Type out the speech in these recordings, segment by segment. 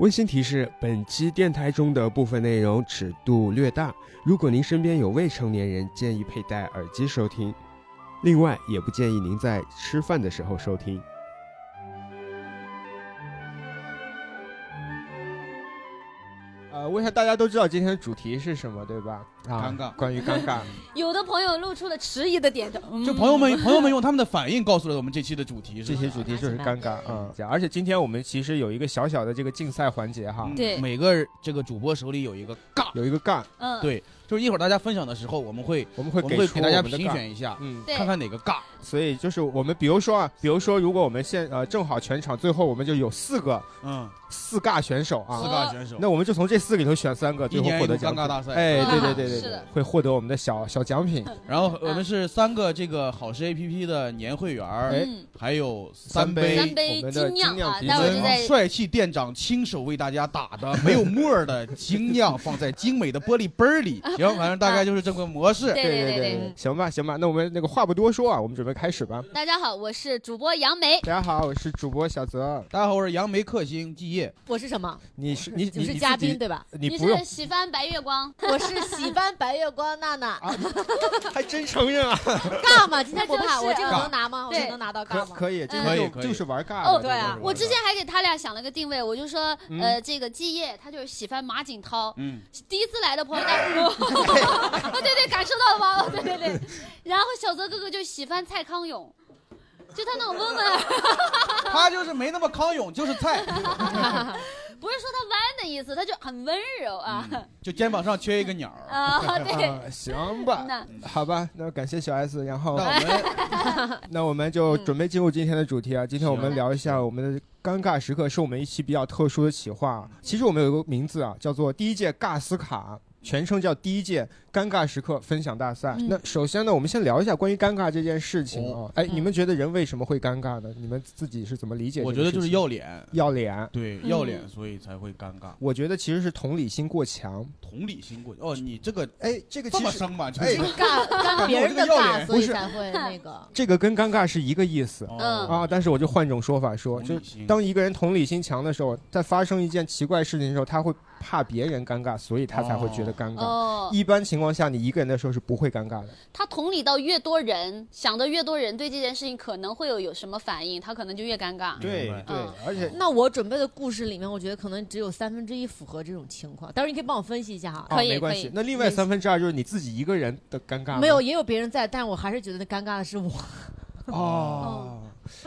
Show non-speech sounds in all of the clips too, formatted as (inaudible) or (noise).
温馨提示：本期电台中的部分内容尺度略大，如果您身边有未成年人，建议佩戴耳机收听。另外，也不建议您在吃饭的时候收听。呃，我想大家都知道今天的主题是什么，对吧？啊，尴尬关于尴尬，有的朋友露出了迟疑的点头，嗯就朋友们，朋友们用他们的反应告诉了我们这期的主题是这吧些主题就是尴尬啊、嗯而且今天我们其实有一个小小的这个竞赛环节哈，嗯对每个这个主播手里有一个尬，有一个尬，嗯，对，就是一会儿大家分享的时候，我们会我们我会们给会出给大家我们的评尬。选一下，嗯，对看看哪个尬。所以就是我们，比如说啊，比如说，如果我们现呃正好全场最后我们就有四个嗯，四尬选手四啊，尬选手，那我们就从这四个里头选三个，一最后年一获度得尴奖尬品。大赛。哎，对对啊对对是对的，会获得我们的小小奖品， (laughs) 然后我们是三个这个好吃 APP 的年会员儿，嗯，还有三杯三杯我们的精酿精酿啊，啤待会儿酒就啊在嗯帅气店长亲手为大家打的没有沫儿的精酿，放在精 (laughs) 美的玻璃杯儿里。行，反正大概就是这么个模式。对对对对，行吧行吧，那我们那个话不多说啊，我们准备开始吧。 (laughs) 大家好，我是主播杨梅，大家好，我是主播小泽，大家好，我是杨梅克星季夜。我是什么？你是你你你是 (laughs) 你嘉自己宾对吧？你不用是喜欢白月光， (laughs) 我是喜欢白月光娜 (laughs) 娜，还真承认啊，尬吗？今天不怕，那就是啊我这个尬能拿吗？我对这能拿 (laughs) 到可尬吗？可以，这可个以就可以就是玩尬嗯哦的对啊这种我之前还给他俩想了个定位，我就说，嗯呃，这个季夜他就是喜欢马景涛，嗯，第一次来的朋友 (laughs) 大家，哦对对，感受到了吗？哦对对对，然后小泽哥哥就喜欢蔡康永，就他那种温文尔，他就是没那么康永，就是菜，不是说他弯的意思，他就很温柔啊就肩膀上缺一个鸟儿。啊，对，啊，行吧，那好吧，那感谢小 S，然后那我们 (laughs) 嗯那我们就准备进入今天的主题啊。今天我们行聊一下我们的尴尬时刻，是我们一期比较特殊的企划啊。其实我们有一个名字啊，叫做第一届尬斯卡，全称叫第一届尴尬时刻分享大赛。嗯那首先呢，我们先聊一下关于尴尬这件事情啊哦。哎，嗯你们觉得人为什么会尴尬呢？你们自己是怎么理解这我个事觉情？得就是要脸，要脸。对，嗯要脸，所以才会尴尬。我觉得其实是同理心过强。同理心过去，哦，你这个哎，这个这其么实生吗？就哎是 (laughs) 尬尬别人的我这个要脸尬，所不以是才会那个。这个跟尴尬是一个意思。嗯啊，，但是我就换种说法说，就哦同是理心当一个人同理心强的时候，在发生一件奇怪事情的时候，他会怕别人尴尬，所以他才会觉得尴尬。哦，一般情况下，你一个人的时候是不会尴尬的。他同理到越多人，想的越多人对这件事情可能会有有什么反应，他可能就越尴尬。对明白对嗯而且那我准备的故事里面，我觉得可能只有三分之一符合这种情况。但是你可以帮我分析一下哈。啊，可以没关可系以。那另外三分之二就是你自己一个人的尴尬吗，没有，也有别人在，但我还是觉得尴尬的是我。 (laughs) 嗯哦。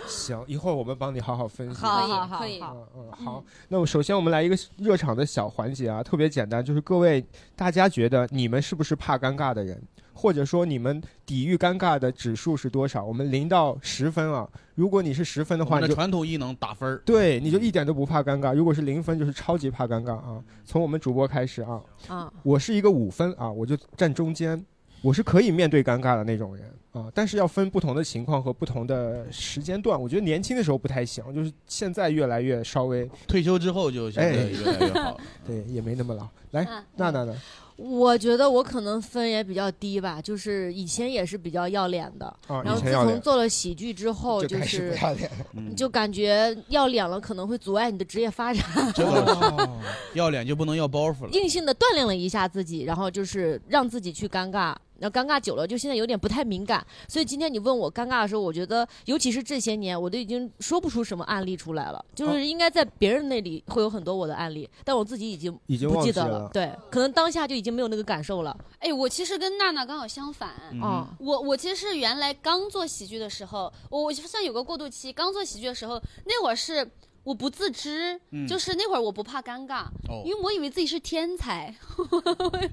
行，一会儿我们帮你好好分析。好啊好可以好，嗯嗯，好，那我首先我们来一个热场的小环节啊，特别简单，就是各位大家觉得你们是不是怕尴尬的人，或者说你们抵御尴尬的指数是多少？我们零到十分啊，如果你是十分的我话，们你的就传统艺能打分儿。对，你就一点都不怕尴尬；如果是零分，就是超级怕尴尬啊。从我们主播开始啊，啊，我是一个五分啊，我就站中间，我是可以面对尴尬的那种人啊，但是要分不同的情况和不同的时间段。我觉得年轻的时候不太行，就是现在越来越稍微退休之后就现在哎越来越好了。 (laughs) 对，也没那么老。来，嗯娜娜呢？我觉得我可能分也比较低吧，就是以前也是比较要脸的，啊，然以后自前要从脸，做了喜剧之后，就开始是不要脸。嗯，就感觉要脸了，可能会阻碍你的职业发展。这个哦要脸就不能要包 (laughs) 袱了。硬性的锻炼了一下自己，然后就是让自己去尴尬。然后尴尬久了，就现在有点不太敏感。所以今天你问我尴尬的时候，我觉得，尤其是这些年，我都已经说不出什么案例出来了。哦就是应该在别人那里会有很多我的案例，但我自己已经已经不忘记记得了。。对，可能当下就已经没有那个感受了。哎，我其实跟娜娜刚好相反。嗯，啊、我我其实是原来刚做喜剧的时候，我我就算有个过渡期，刚做喜剧的时候，那会儿是我不自知，嗯就是那会儿我不怕尴尬，哦因，为我以为自己是天才。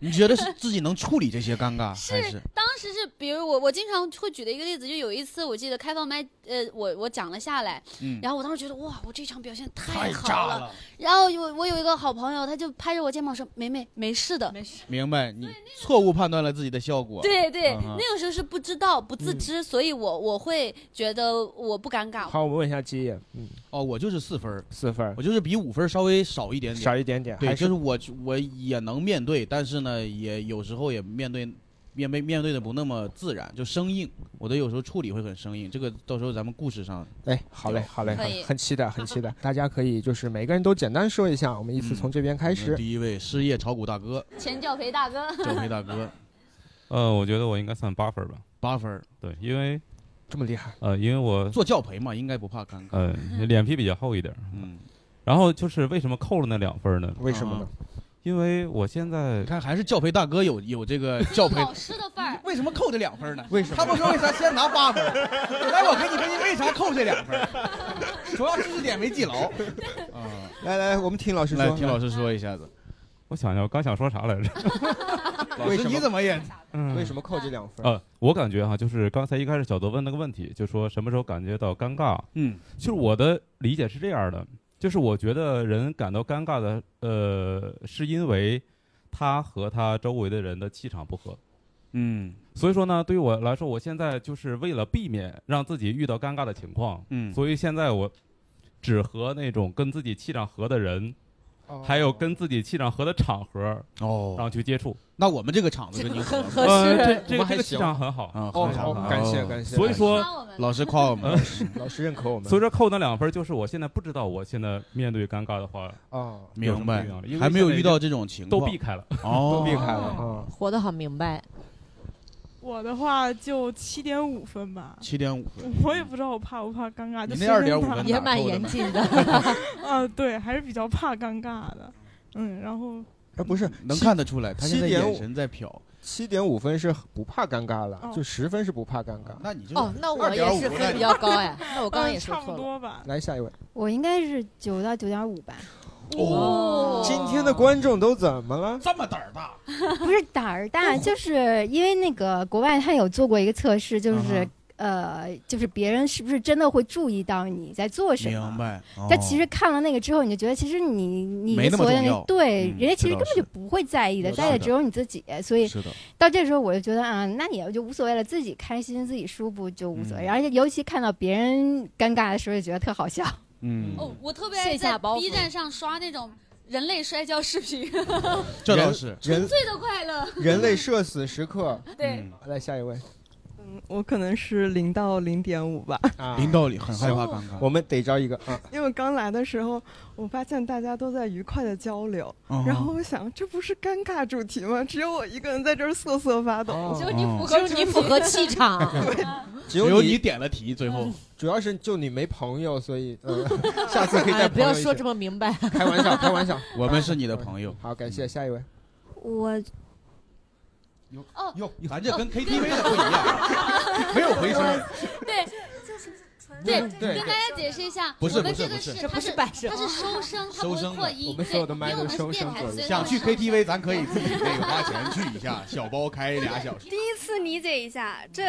你觉得是自己能处理这些尴尬，是还是当时是，比如我我经常会举的一个例子，就有一次我记得开放麦，呃，我我讲了下来，嗯，然后我当时觉得哇，我这场表现太太好炸了。？然后有我有一个好朋友，他就拍着我肩膀说：“梅梅，没事的。”没事。明白，你错误判断了自己的效果。对对，嗯哼嗯那个时候是不知道、不自知，所以我我会觉得我不尴尬。好，我们问一下基野，嗯，哦，我就是四分儿，四分儿，我就是比五分儿稍微少一点点。少一点点，对，还就是是我我也能面对，但是呢，也有时候也面对面被面对的不那么自然，就生硬。我的有时候处理会很生硬，这个到时候咱们故事上哎，好嘞，好嘞，嗯可以很很期待， (laughs) 很期待。大家可以就是每个人都简单说一下，我们依次从这边开嗯我们始。第一位失业炒股大哥，钱教培大哥，赵飞大哥，呃，我觉得我应该算八分儿吧。八分儿，对，因为这么厉害，呃，因为我做教培嘛，应该不怕尴尬。呃嗯脸皮比较厚一点儿。嗯，然后就是为什么扣了那两分儿呢？啊为什么呢？因为我现在你看还是教培大哥有有这个教培老师的范儿。为什么扣这两分呢？为什么他不说为啥先拿八分儿，来我跟你分析为啥扣这两分儿，主要知识点没记 (laughs) 牢。啊，来来，我们听老师来说，听老师说一下子，我想想，我刚想说啥来着？老为师什么你怎么也哦嗯为什么扣这两分？呃，我感觉哈、就是刚才一开始小德问那个问题，就说什么时候感觉到尴尬？嗯就是我的理解是这样的，就是我觉得人感到尴尬的，呃，是因为他和他周围的人的气场不合。嗯所以说呢，对于我来说，我现在就是为了避免让自己遇到尴尬的情况，嗯，所以现在我只和那种跟自己气场合的人，哦还有跟自己气场合的场合，然哦，后去接触。那我们这个场子跟你很合合呃，适。这我这个们还这个气行场很好。啊，哦，很好好，感谢感谢。所以说夸我们老师夸我们， (laughs) 老师认可我们，所以以说扣那两分儿，就是我现在不知道我现在面对尴尬的话啊，有什哦明么白不一样的因为，还没有 (laughs) 遇到这种情都况，避开了。哦都避开了啊。哦活得好明白，我的话就七点五分吧，七点五分，我也不知道我怕不怕尴尬，就你随那二便点五打分也蛮严谨的。 (laughs) 啊，对，还是比较怕尴尬的，嗯，然后哎，不是，嗯能看得出来，他现在7.5眼神在瞟，七点五分是不怕尴尬了哦，就十分是不怕尴尬。那你就哦，那我也是分比较高哎，那我刚嗯刚也说差错不了。多吧，来下一位，我应该是九到九点五吧，哦今天的观众都怎么了？这么胆儿大，不是胆儿哦大，就是因为那个国外他有做过一个测试，嗯就是、呃，就是别人是不是真的会注意到你在做什么明。白？但其实看了那个之后，你就觉得其实你你哦没那的么所谓的重要那对嗯人家这其实根倒本是就不会在意的，是在意的的只有你自己。所以是的，到这时候我就觉得啊，那也就无所谓了，自己开心自己舒服就无所谓。嗯而且尤其看到别人尴尬的时候，就觉得特好笑。嗯 (laughs) 哦，我特别爱卸在下包袱 B 站上刷那种人类摔跤视频，这倒是，人最的快乐。人类社死时刻，对，嗯，来下一位嗯，我可能是零到零点五吧，啊，哦领导里很害怕尴尬我，们逮着一个啊，因为刚来的时候，我发现大家都在愉快的交流，嗯然后我想，这不是尴尬主题吗？只有我一个人在这儿瑟瑟发抖。哦只有你嗯符只合有主你题符合气 (laughs) 场，啊 (laughs) 只只有有你，点了题，最后主要是就你没朋友，所以 (laughs) 呃，下次可以哎，再不要朋友一说些这么明白。开玩笑，开玩笑。 (laughs) 我们是你的朋友。好，感谢下一位。我哦，哟，咱这跟 KTV 的不一样， (laughs) 没有 (laughs) 回声，对，对对跟大家解释一下，不是我们不是这个不是它这不是是摆设它是收声，它不收是声扩的音。我们对所有的麦因都为我们是收电声台左右所以想它去是收声 KTV 咱可以自己那个 (laughs) 花钱去一下，小包开俩小时。第一次理解一下，这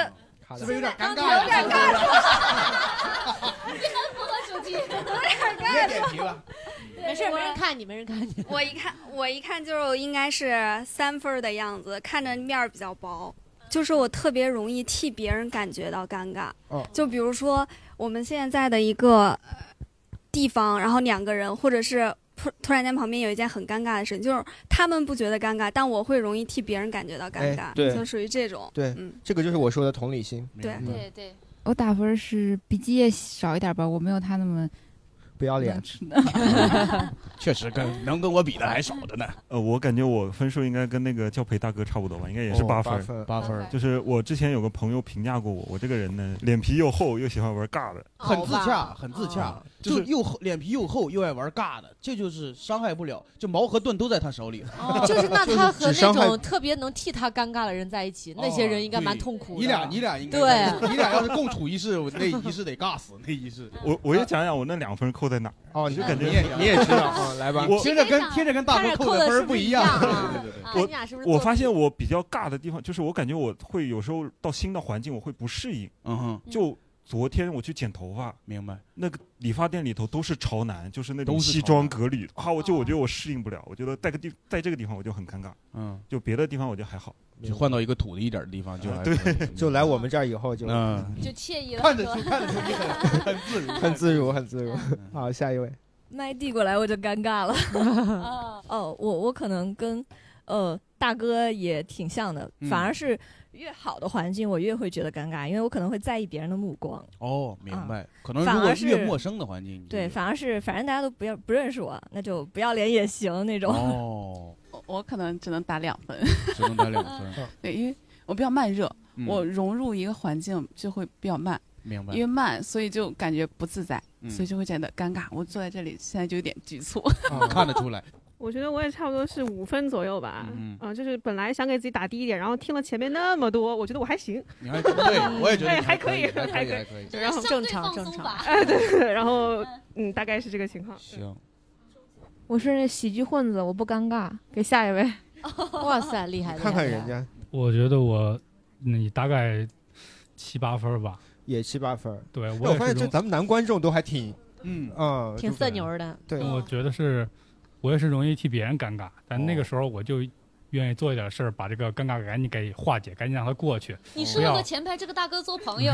好是不是有的，点尴有点 (laughs) 尬？尬，符合主题。别点题了，没事，没人看你，没人看你。我一看，我一看就应该是三分儿的样子，看着面儿比较薄。嗯就是我特别容易替别人感觉到尴尬哦，就比如说我们现在的一个呃地方，然后两个人，或者是突突然间旁边有一件很尴尬的事，就是他们不觉得尴尬，但我会容易替别人感觉到尴哎尬，对就属于这种。对嗯，这个就是我说的同理心，嗯对明白对对，我打分是比基业少一点吧，我没有他 (laughs) 那么 (laughs) 不要脸能。吃确实跟 (laughs) 能跟我比的还少着呢。呃，我感觉我分数应该跟那个教培大哥差不多吧，应该也是哦八分八儿。分，八分儿就是我之前有个朋友评价过我，我这个人呢，脸皮又厚又喜欢玩尬的， (laughs) 很自洽，很自洽，哦就就是是又厚脸皮又厚又爱玩尬的，这就是伤害不了，就矛和盾都在他手里。哦就是 (laughs) 那他和只伤那害哦种特别能替他尴尬的人在一起，那些人应该蛮痛苦的。你俩，你俩应该，对你俩要是共处一室，我那一室得尬死，那一室。我我也讲讲我那两分扣在哪儿。哦，你就感感觉觉你也知道 (laughs) (laughs) 啊，来吧，我听着跟你听着跟大看哥着扣扣的的分儿是不不一一样。哦样对啊对对对对看我你俩是不是？我发现我比较尬的地方，就是我感觉我会有时候到新的环境我会不适应。嗯哼，就昨天我去剪头发，明白。那个理发店里头都是潮男，就是那都种是西潮装男革履啊，我就哦我觉得我适应不了，我觉得在个地在这个地方我就很尴尬，嗯，就别的地方我就还好。啊就换到一个土的一点的地方就还对可 (laughs) 以就来我们这儿以后就嗯，就惬意了看很着多。出看着出你 (laughs) 很很自如，很自如，(laughs) 很自如。嗯好，下一位， (laughs) 麦递过来我就尴尬了。嗯哦，我我可能跟呃大哥也挺像的，嗯反而是越好的环境我越会觉得尴尬，因为我可能会在意别人的目光。啊哦，明白。可能嗯反如果而是越陌生的环境，你就对，反而是反正大家都不要不认识我，那就不要脸也行那种。 (laughs) 哦，我我可能只能打两分，只能打两分对，因为我比较慢热，嗯我融入一个环境就会比较慢，明白因为慢，所以就感觉不自在，嗯所以就会觉得尴尬。我坐在这里现在就有点局促，嗯 (laughs) 看得出来。我觉得我也差不多是五分左右吧，嗯啊就是本来想给自己打低一点，然后听了前面那么多，我觉得我还行，你还 (laughs) 对，我也觉得哎你还可可以，还可还还可以。然后正常正常。 (laughs) 哎，对对对，然后嗯，大概是这个情况。行，我是那喜剧混子，我不尴尬。给下一位，哇塞，厉害！看看人家我觉得我嗯你大概七八分儿吧。也七八分。对，哎我我也发现这是容咱们男观众都还挺，嗯嗯，挺色牛儿的。对，我觉得是，我也是容易替别人尴尬，哦但那个时候我就愿意做一点事儿，把这个尴尬赶紧给化解，赶紧让它过去。你适不合要和前排这个大哥做朋友。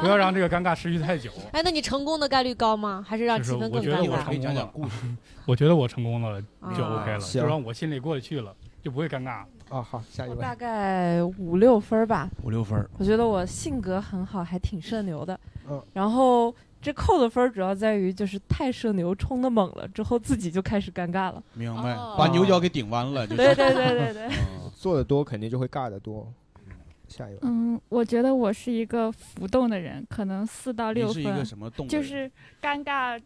不要让这个尴尬持续太久。 (laughs) 哎，那你成功的概率高吗？还是 (laughs) 让就是气氛我更觉得尴我尬？成功了，故事，我觉得我成功了就啊 OK 了，行就让我心里过得去了，就不会尴尬。啊，好，下一我大概五六分儿吧。五六分儿我觉得我性格很好，还挺社牛的。嗯然后这扣的分儿主要在于就是太社牛冲的猛了，之后自己就开始尴尬了。明白，哦哦把牛角给顶弯 (laughs) 了，就是嗯对对对对对。 (laughs) 做的多肯定就会尬的多。下一位，嗯，我觉得我是一个浮动的人，可能四到你六分。是一个什么动的就人是尴尬，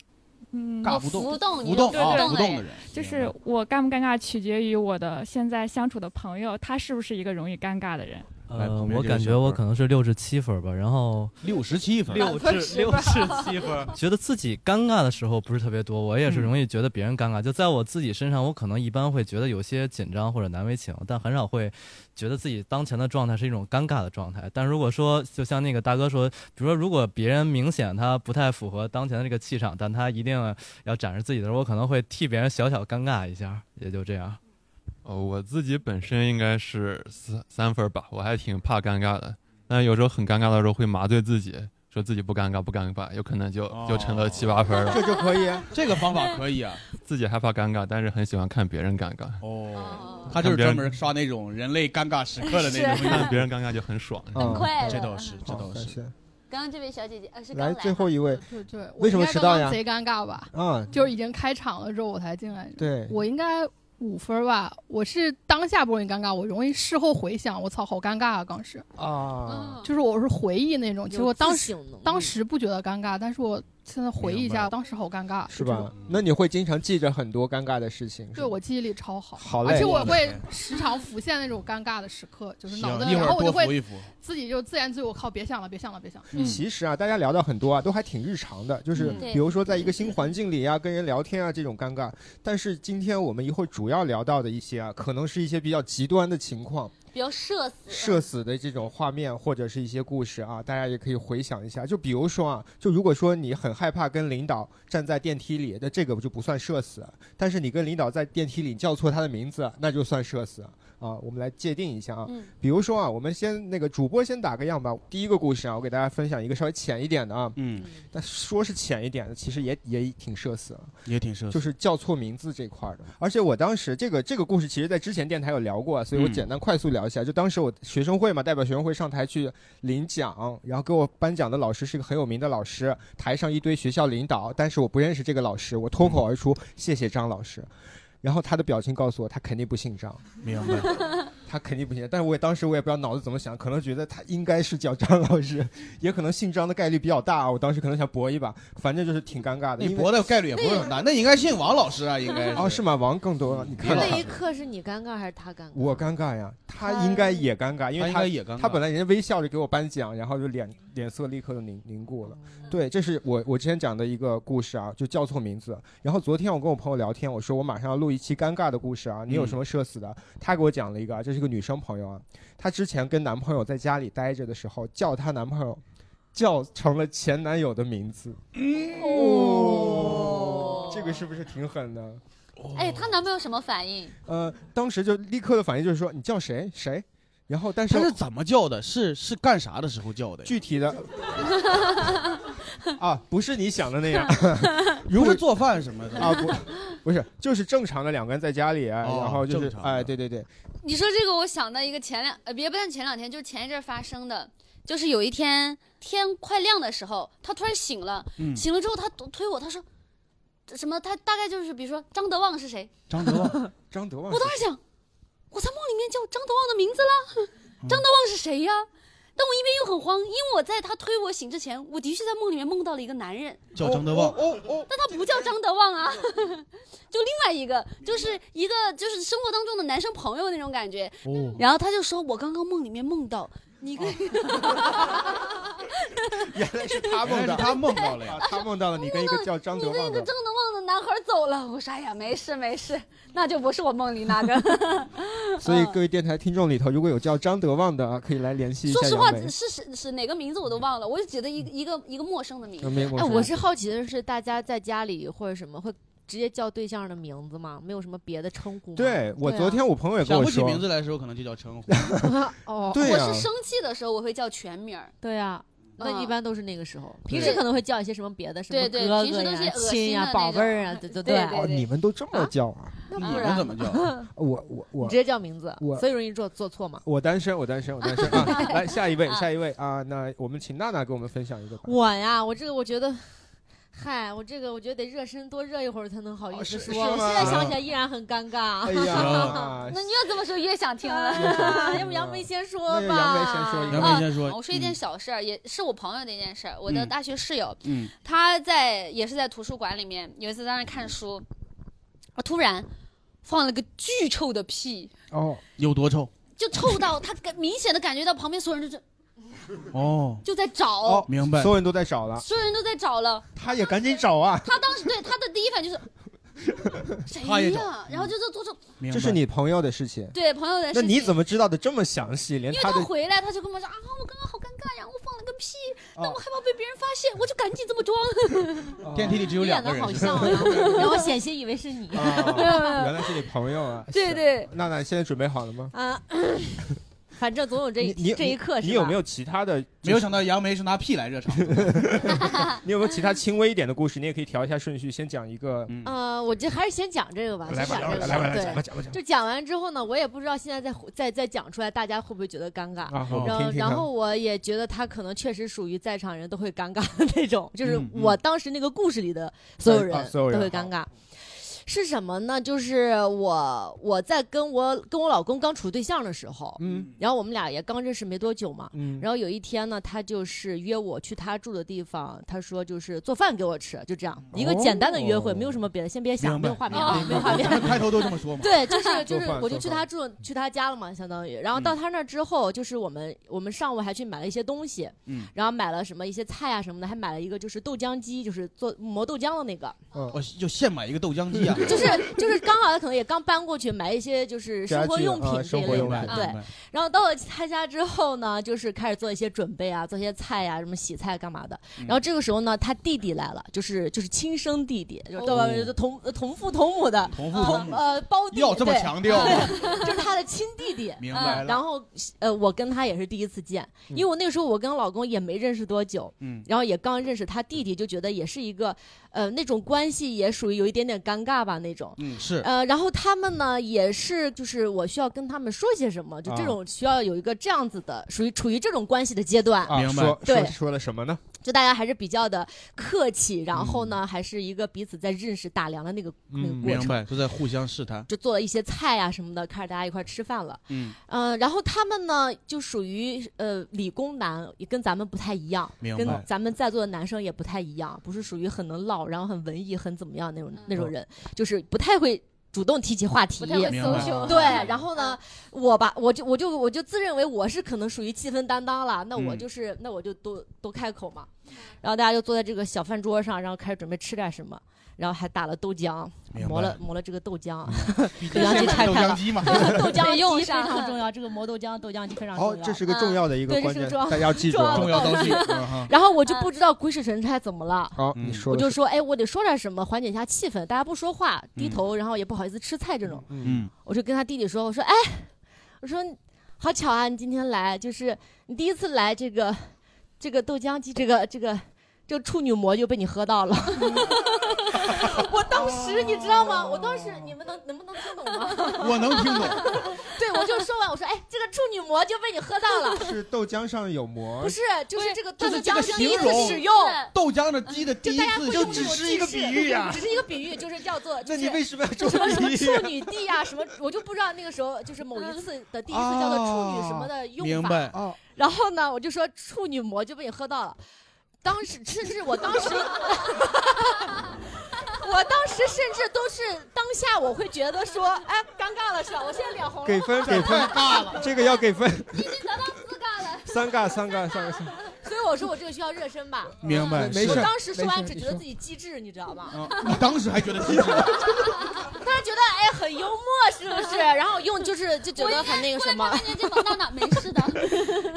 嗯，尬不动浮动你浮动对啊对浮动的人就是我尴不尴尬取决于我的现在相处的朋友，他是不是一个容易尴尬的人。来呃旁，边我这个感小觉分我儿可能是六至七分儿吧，然后六十七分，六至六至七分， (laughs) 觉得自己尴尬的时候不是特别多，我嗯也是容易觉得别人尴尬。就在我自己身上，我可能一般会觉得有些紧张或者难为情，但很少会觉得自己当前的状态是一种尴尬的状态。但如果说，就像那个大哥说，比如说如果别人明显他不太符合当前的这个气场，但他一定要展示自己的时候，我可能会替别人小小尴尬一下，也就这样。哦，我自己本身应该是三三分儿吧，我还挺怕尴尬的，但有时候很尴尬的时候会麻醉自己，说自己不尴尬不尴尬，有可能就 (laughs) 就成了七八分儿了。这就可以，啊这个方法可以啊。自己害怕尴尬，但是很喜欢看别人尴尬。哦，他就看是别人专门刷那种人类尴尬时刻的那是 (laughs) 看种，别人尴尬就很爽嗯很快乐嗯这倒是，这倒好感是谢。刚刚这位小姐姐，呃，是刚来来最后一位，对对，我为什么应该迟到刚呀刚？贼尴尬吧？啊就是已经开场了之后我才进来。对我应该五分儿吧。我是当下不容易尴尬，我容易事后回想，我操，好尴尬啊！刚是，哦啊，嗯就是我是回忆那种，其实有我当自时省能力当时不觉得尴尬，但是我现在回忆一下，当时好尴尬，是就这种吧？那你会经常记着很多尴尬的事情，是吧对我记忆力超好，好啊嘞而且我会时常浮现那种尴尬的时刻，就是脑袋，行一会儿然后我就多浮一会浮自己就自言自语，我靠，别想了，别想了，别想了。其实啊，大家聊到很多啊，都还挺日常的，就是嗯对比如说在一个新环境里啊，跟人聊天啊这种尴尬。但是今天我们一会儿主要聊到的一些啊，可能是一些比较极端的情况，比较社死。社死的这种画面或者是一些故事啊，大家也可以回想一下。就比如说啊，就如果说你很害怕跟领导站在电梯里，那这个就不算社死；但是你跟领导在电梯里叫错他的名字，那就算社死啊。我们来界定一下啊，嗯比如说啊，我们先那个主播先打个样吧。第一个故事啊，我给大家分享一个稍微浅一点的啊，嗯，但说是浅一点的，其实也也挺社死啊了。也挺社死，就是叫错名字这块儿的。而且我当时这个这个故事，其实在之前电台有聊过，所以我嗯简单快速聊一下。就当时我学生会嘛，代表学生会上台去领奖，然后给我颁奖的老师是一个很有名的老师，台上一堆学校领导，但是我不认识这个老师，我脱口而出、谢谢张老师。然后他的表情告诉我，他肯定不姓张，明白？ (laughs) 他肯定不姓。但是我也当时我也不知道脑子怎么想，可能觉得他应该是叫张老师， (laughs) 也可能姓张的概率比较大啊。我当时可能想搏一把，反正就是挺尴尬的。你因为博的概率也不会很大，那应该姓王老师啊，应该嗯哦，是吗？王更多，你看那一看。刻是你尴尬还是他尴尬？我尴尬呀，他应该也尴尬，因为他应该也尴尬他本来人家微笑着给我颁奖，然后就脸脸色立刻就凝凝固了。对，这是我我之前讲的一个故事啊，就叫错名字。然后昨天我跟我朋友聊天，我说我马上要录一期尴尬的故事啊，你有什么社死的？她给我讲了一个啊，这是一个女生朋友啊，她之前跟男朋友在家里待着的时候，叫她男朋友叫成了前男友的名字，哦，这个是不是挺狠的？哎，她男朋友什么反应？呃，当时就立刻的反应就是说你叫谁谁，然后但是他是怎么叫的？是是干啥的时候叫的？，具体的 (laughs) 啊，不是你想的那样如是做饭什么的啊，不，不是，就是正常的两个人在家里，哎哦然后就正是常的哎，对对对， (laughs) 你说这个，我想到一个前两呃，别不算前两天，就是前一阵儿发生的，就是有一天天快亮的时候，他突然醒了，嗯醒了之后他推我，他说这什么？他大概就是比如说张德旺是谁？张德旺，张德旺我当时想，我在梦里面叫张德旺的名字啦，嗯 (laughs) 张德旺是谁呀？但我一边又很慌，因为我在他推我醒之前，我的确在梦里面梦到了一个男人，叫张德旺，哦哦，但他不叫张德旺啊， (laughs) 就另外一个，就是一个就是生活当中的男生朋友那种感觉。哦 (laughs) 然后他就说：“我刚刚梦里面梦到你跟、原来是他梦原来到，是他梦到了呀啊， (laughs) 他梦到了你跟一个叫张德你跟一旺个的张德旺的男孩走了。”我说：“哎呀，没事没事，那就不是我梦里 (laughs) 那个。所以各位电台听众里头，如果有叫张德旺的啊，可以来联”系一说下实话杨，梅。是是是哪个名字我都忘了，我就觉得一个一个一个陌生的名字。嗯没陌哎，生我是好奇的是，大家在家里或者什么会直接叫对象的名字吗？没有什么别的称呼吗？对啊我昨天我朋友也跟想我不起说，名字来的时候，可能就叫称呼。哦 (laughs) 对啊呀我是生气的时候我会叫全名儿。 (laughs) 对啊呀、那嗯一般都是那个时候，对平时可能会叫一些什么别的，什么对对哥平哥时都是呀、恶心亲呀、的宝那贝儿啊，种对对对对哦，你们都这么叫啊？那你不们然怎么叫？啊 (laughs) 我我你我直接叫名字我，所以容易做做错嘛。我单身，我单身，我 (laughs) 单身啊！来下一位，下一位啊！那我们请娜娜给我们分享一个吧。我呀，我这个我觉得，嗨，我这个我觉得得热身多热一会儿才能好意思哦是说。是我吗啊现在想起来依然很尴尬。哎呀， (laughs) 嗯那你越这么说越想听了，哎要不杨梅先说那就吧。杨梅先说一个，杨梅先说啊我说一件小事儿，也是我朋友的一件事儿。我的嗯大学室友，嗯他在也是在图书馆里面，有一次在那看书，啊突然放了个巨臭的屁，哦，有多臭？就臭到他感明显的感觉到旁边所有人就是哦，就在找，哦，明白所有人都在找了，所有人都在找了。他也赶紧找啊！他当时对他的第一反应就 (laughs) 是他也谁找呀？然后嗯就做做出这是你朋友的事情，对朋友的那事你情。怎么知道的这么详细？连因为他的回来，他就跟我说啊，我刚刚好尴尬，然后我放了个屁，但哦我害怕被别人发现，我就赶紧这么装。电梯里只有两个人，你演得好像 (laughs) 然后险些以为是你。 (laughs) 哦原来是你朋友啊！ (laughs) 对对娜娜，现在准备好了吗？啊，反正总有这一你这一刻是吧？你有没有其他的？没有想到杨梅是拿屁来热场。 (laughs) (laughs) 你有没有其他轻微一点的故事？你也可以调一下顺序，先讲一个。嗯呃，我这还是先讲这个吧，来吧啊先讲这个来吧来吧对讲吧讲吧讲吧就讲完之后呢，我也不知道现在再回再再讲出来，大家会不会觉得尴尬？啊好然听后听看然后我也觉得他可能确实属于在场人都会尴尬的那种，就是嗯嗯我当时那个故事里的所有人啊所有都人会尴尬。是什么呢？就是我我在跟我跟我老公刚处对象的时候，嗯，然后我们俩也刚认识没多久嘛，嗯然后有一天呢，他就是约我去他住的地方，他说就是做饭给我吃，就这样一个简单的约哦会，没有什么别的，先别想，没有画面啊，没有画面。 (laughs) 咱们开头都这么说嘛。对，就是就做是饭，嗯我就去做他饭住去他家了嘛，相当于。然后到他那儿之后，就是我们我们上午还去买了一些东西，嗯然后买了什么一些菜啊什么的，还买了一个就是豆浆机，就是做磨豆浆的那个。我就哦现买一个豆浆机啊， (laughs) (laughs) 就是就是刚好他可能也刚搬过去，买一些就是生活用品家具啊这一生类活的，用品对明白。然后到了他家之后呢，就是开始做一些准备啊，做一些菜呀、什么洗菜干嘛的。嗯然后这个时候呢，他弟弟来了，就是就是亲生弟弟，就是对吧哦？就同呃同父同母的，同父同母呃胞弟，要这么对强调啊对就是他的亲弟弟。 (laughs) 明白了嗯然后呃，我跟他也是第一次见，因为我那个时候我跟老公也没认识多久，嗯然后也刚认识他弟弟，就觉得也是一个呃那种关系也属于有一点点尴尬吧那种。嗯是呃，然后他们呢也是，就是我需要跟他们说些什么，就这啊种需要有一个这样子的，属于处于这种关系的阶段。啊，说说对，说了什么呢？就大家还是比较的客气，然后呢，还是一个彼此在认识打量的那个那个过嗯明程，白，都在互相试探。就做了一些菜啊什么的，开始大家一块儿吃饭了。嗯，嗯，然后他们呢，就属于呃理工男，也跟咱们不太一样，明白跟咱们在座的男生也不太一样，不是属于很能唠，然后很文艺、很怎么样那种那种人，就是不太会。主动提起话题，嗯不太会明白 social 对，然后呢，我吧，我就我就我就自认为我是可能属于气氛担当了，那我嗯就是、那我就多多开口嘛，然后大家就坐在这个小饭桌上，然后开始准备吃点什么，然后还打了豆浆，明白磨了磨了这个豆浆，嗯 (laughs) 竟洋是机拆豆开浆了机嘛 (laughs) 豆浆得用 (laughs) 机非上常重要，这个磨豆浆豆浆机非常重哦要，，啊这是个重要的一个对这关是个键，重要大家要记住啊，重要道具 (laughs) 嗯哈然后我就不知道鬼使神差怎么了。好，嗯你说我的就是说，哎，我得说点什么缓解一下气氛，大家不说话，低嗯头，然后也不好意思吃菜这种。嗯，我就跟他弟弟说，我说，哎，我说好巧啊，你今天来，就是你第一次来这个这个豆浆机这个这个。这个处女膜就被你喝到了。我当时你知道吗？我当时你们能能不能听懂吗？ (laughs) 我能听懂。对，我就说完，我说哎，这个处女膜就被你喝到了。是豆浆上有膜，不是，就是这个豆就是这浆个是第一形次容使用，嗯豆浆的鸡的第就一大家次会用这只种是一个句比式喻啊呀、 (laughs) 只是一个比喻，就是叫做。那你就是为什么要这什么么什么比喻啊处女地呀、什么我就不知道那个时候就是某一次的第一次叫做处女什么的用法。明白哦然后呢，我就说处女膜就被你喝到了。当时甚至我当时，我当时甚至都是当下我会觉得说，哎，尴尬了是吧？我现在脸红了。给分给分，这个要给分，得到四尬了。三尬三尬三尬。所以我说我这个需要热身吧。明白嗯没事我当时说完没事只觉得自己机智，你知道吗？你当时还觉得鸡当时觉得哎很幽默，是不是？然后用就是就觉得很那个什么。没事的。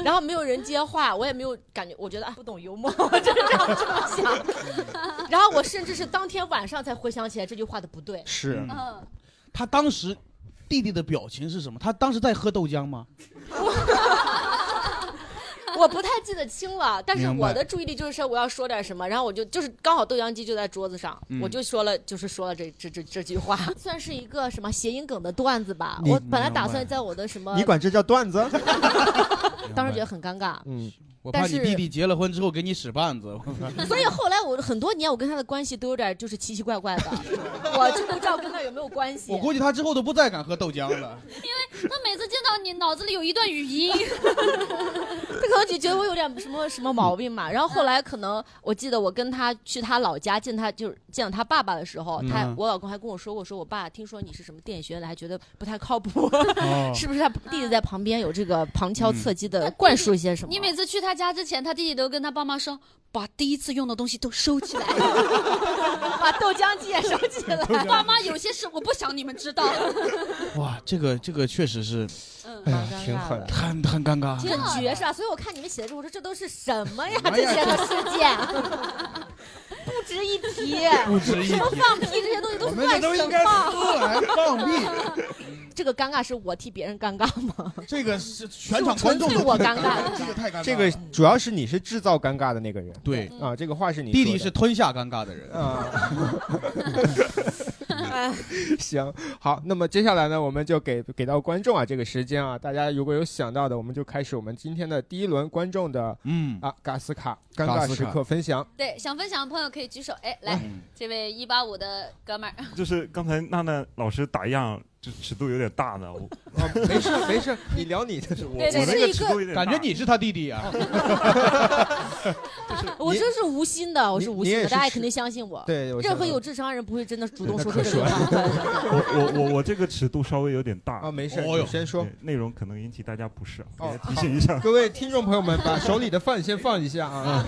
然后没有人接话，我也没有感觉，我觉得哎不懂幽默，我就是这样这么想。然后我甚至是当天晚上才回想起来这句话的不对。是嗯，他当时弟弟的表情是什么？他当时在喝豆浆吗？ (laughs) 我不太记得清了，但是明白我的注意力就是说我要说点什么，然后我就就是刚好豆浆机就在桌子上，嗯我就说了，就是说了这这这这句话， (laughs) 算是一个什么谐音梗的段子吧。你我本来明白打算在我的什么，你管这叫 (laughs) 段子？当时觉得很尴尬，嗯，我但怕是你弟弟结了婚之后给你使绊子。 (laughs) 所以后来我很多年我跟他的关系都有点就是奇奇怪怪的， (laughs) 我就不知道跟他有没有关系。我估计他之后都不再敢喝豆浆了。因为他每次见到你，脑子里有一段语音。他可能就觉得我有点什么什么毛病嘛。然后后来可能我记得我跟他去他老家见他就是见到他爸爸的时候，嗯 (laughs) 他我老公还跟我说过，说我爸听说你是什么电影学院的，还觉得不太靠谱，哦是不是他弟弟在旁边有这个旁嗯敲侧击的灌输一些什么？ (laughs) 你每次去他家之前，他弟弟都跟他爸妈说，把第一次用的东西都收起来， (laughs) 把豆浆机也收起来豆浆机爸妈有些事我不想你们知道。哇，这个这个确实是，嗯哎呀，蛮尴挺尬狠的，很很尴尬。很绝是吧？所以我看你们写的时候，我说这都是什么呀？啊么这呀些的事 (laughs) 件，不值一提， (laughs) 不值一提什么放屁这些东西都我们算这都什应该撕么？来放屁， (laughs) 这个尴尬是我替别人尴尬吗？这个是全场观纯众粹都我特别尴尬了， (laughs) 这个太尴尬了。这个主要是你是制造尴尬的那个人。对啊，这个话是你弟弟说的是吞下尴尬的人啊。哎 (laughs) 行，好，那么接下来呢，我们就给给到观众啊这个时间啊，大家如果有想到的，我们就开始我们今天的第一轮观众的嗯啊嘎斯卡尴嘎尬斯时卡刻分享。对，想分享的朋友可以举手。哎，来，这位一八五的哥们儿， (laughs) 就是刚才娜娜老师打样，就尺度有点大呢。我没事没事，你聊你的，我对这我那是一个尺度有点大感觉你是他弟弟啊。 (laughs) 我这是无心的，我是无你心也的，是大家肯定相信我。对我任相何信有智商的人不会真的主动说出这种话。 (laughs) (laughs) 我我我我这个尺度稍微有点大啊，没事，哦你哟先说对。内容可能引起大家不适啊，哦大家提醒一下。各位听众朋友们，把手里的饭先放一下啊。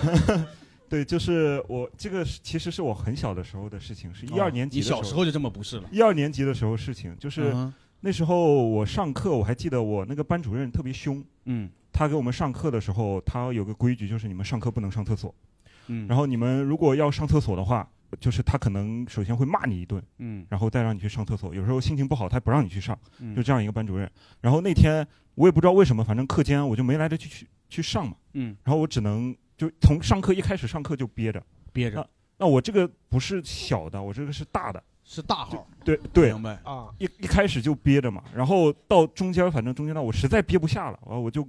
对，就是我这个是其实是我很小的时候的事情，是一二年级哦你的小时候就这么不是了。一二年级的时候事情，就是嗯哼那时候我上课，我还记得我那个班主任特别凶，嗯，他给我们上课的时候，他有个规矩，就是你们上课不能上厕所，嗯然后你们如果要上厕所的话，就是他可能首先会骂你一顿，嗯然后再让你去上厕所，有时候心情不好，他不让你去上，嗯就这样一个班主任。然后那天我也不知道为什么，反正课间我就没来得去去去上嘛，嗯，然后我只能就从上课一开始上课就憋着，憋着那。那我这个不是小的，我这个是大的，是大号。对对，明白啊！一一开始就憋着嘛，然后到中间，反正中间到我实在憋不下了，我我就，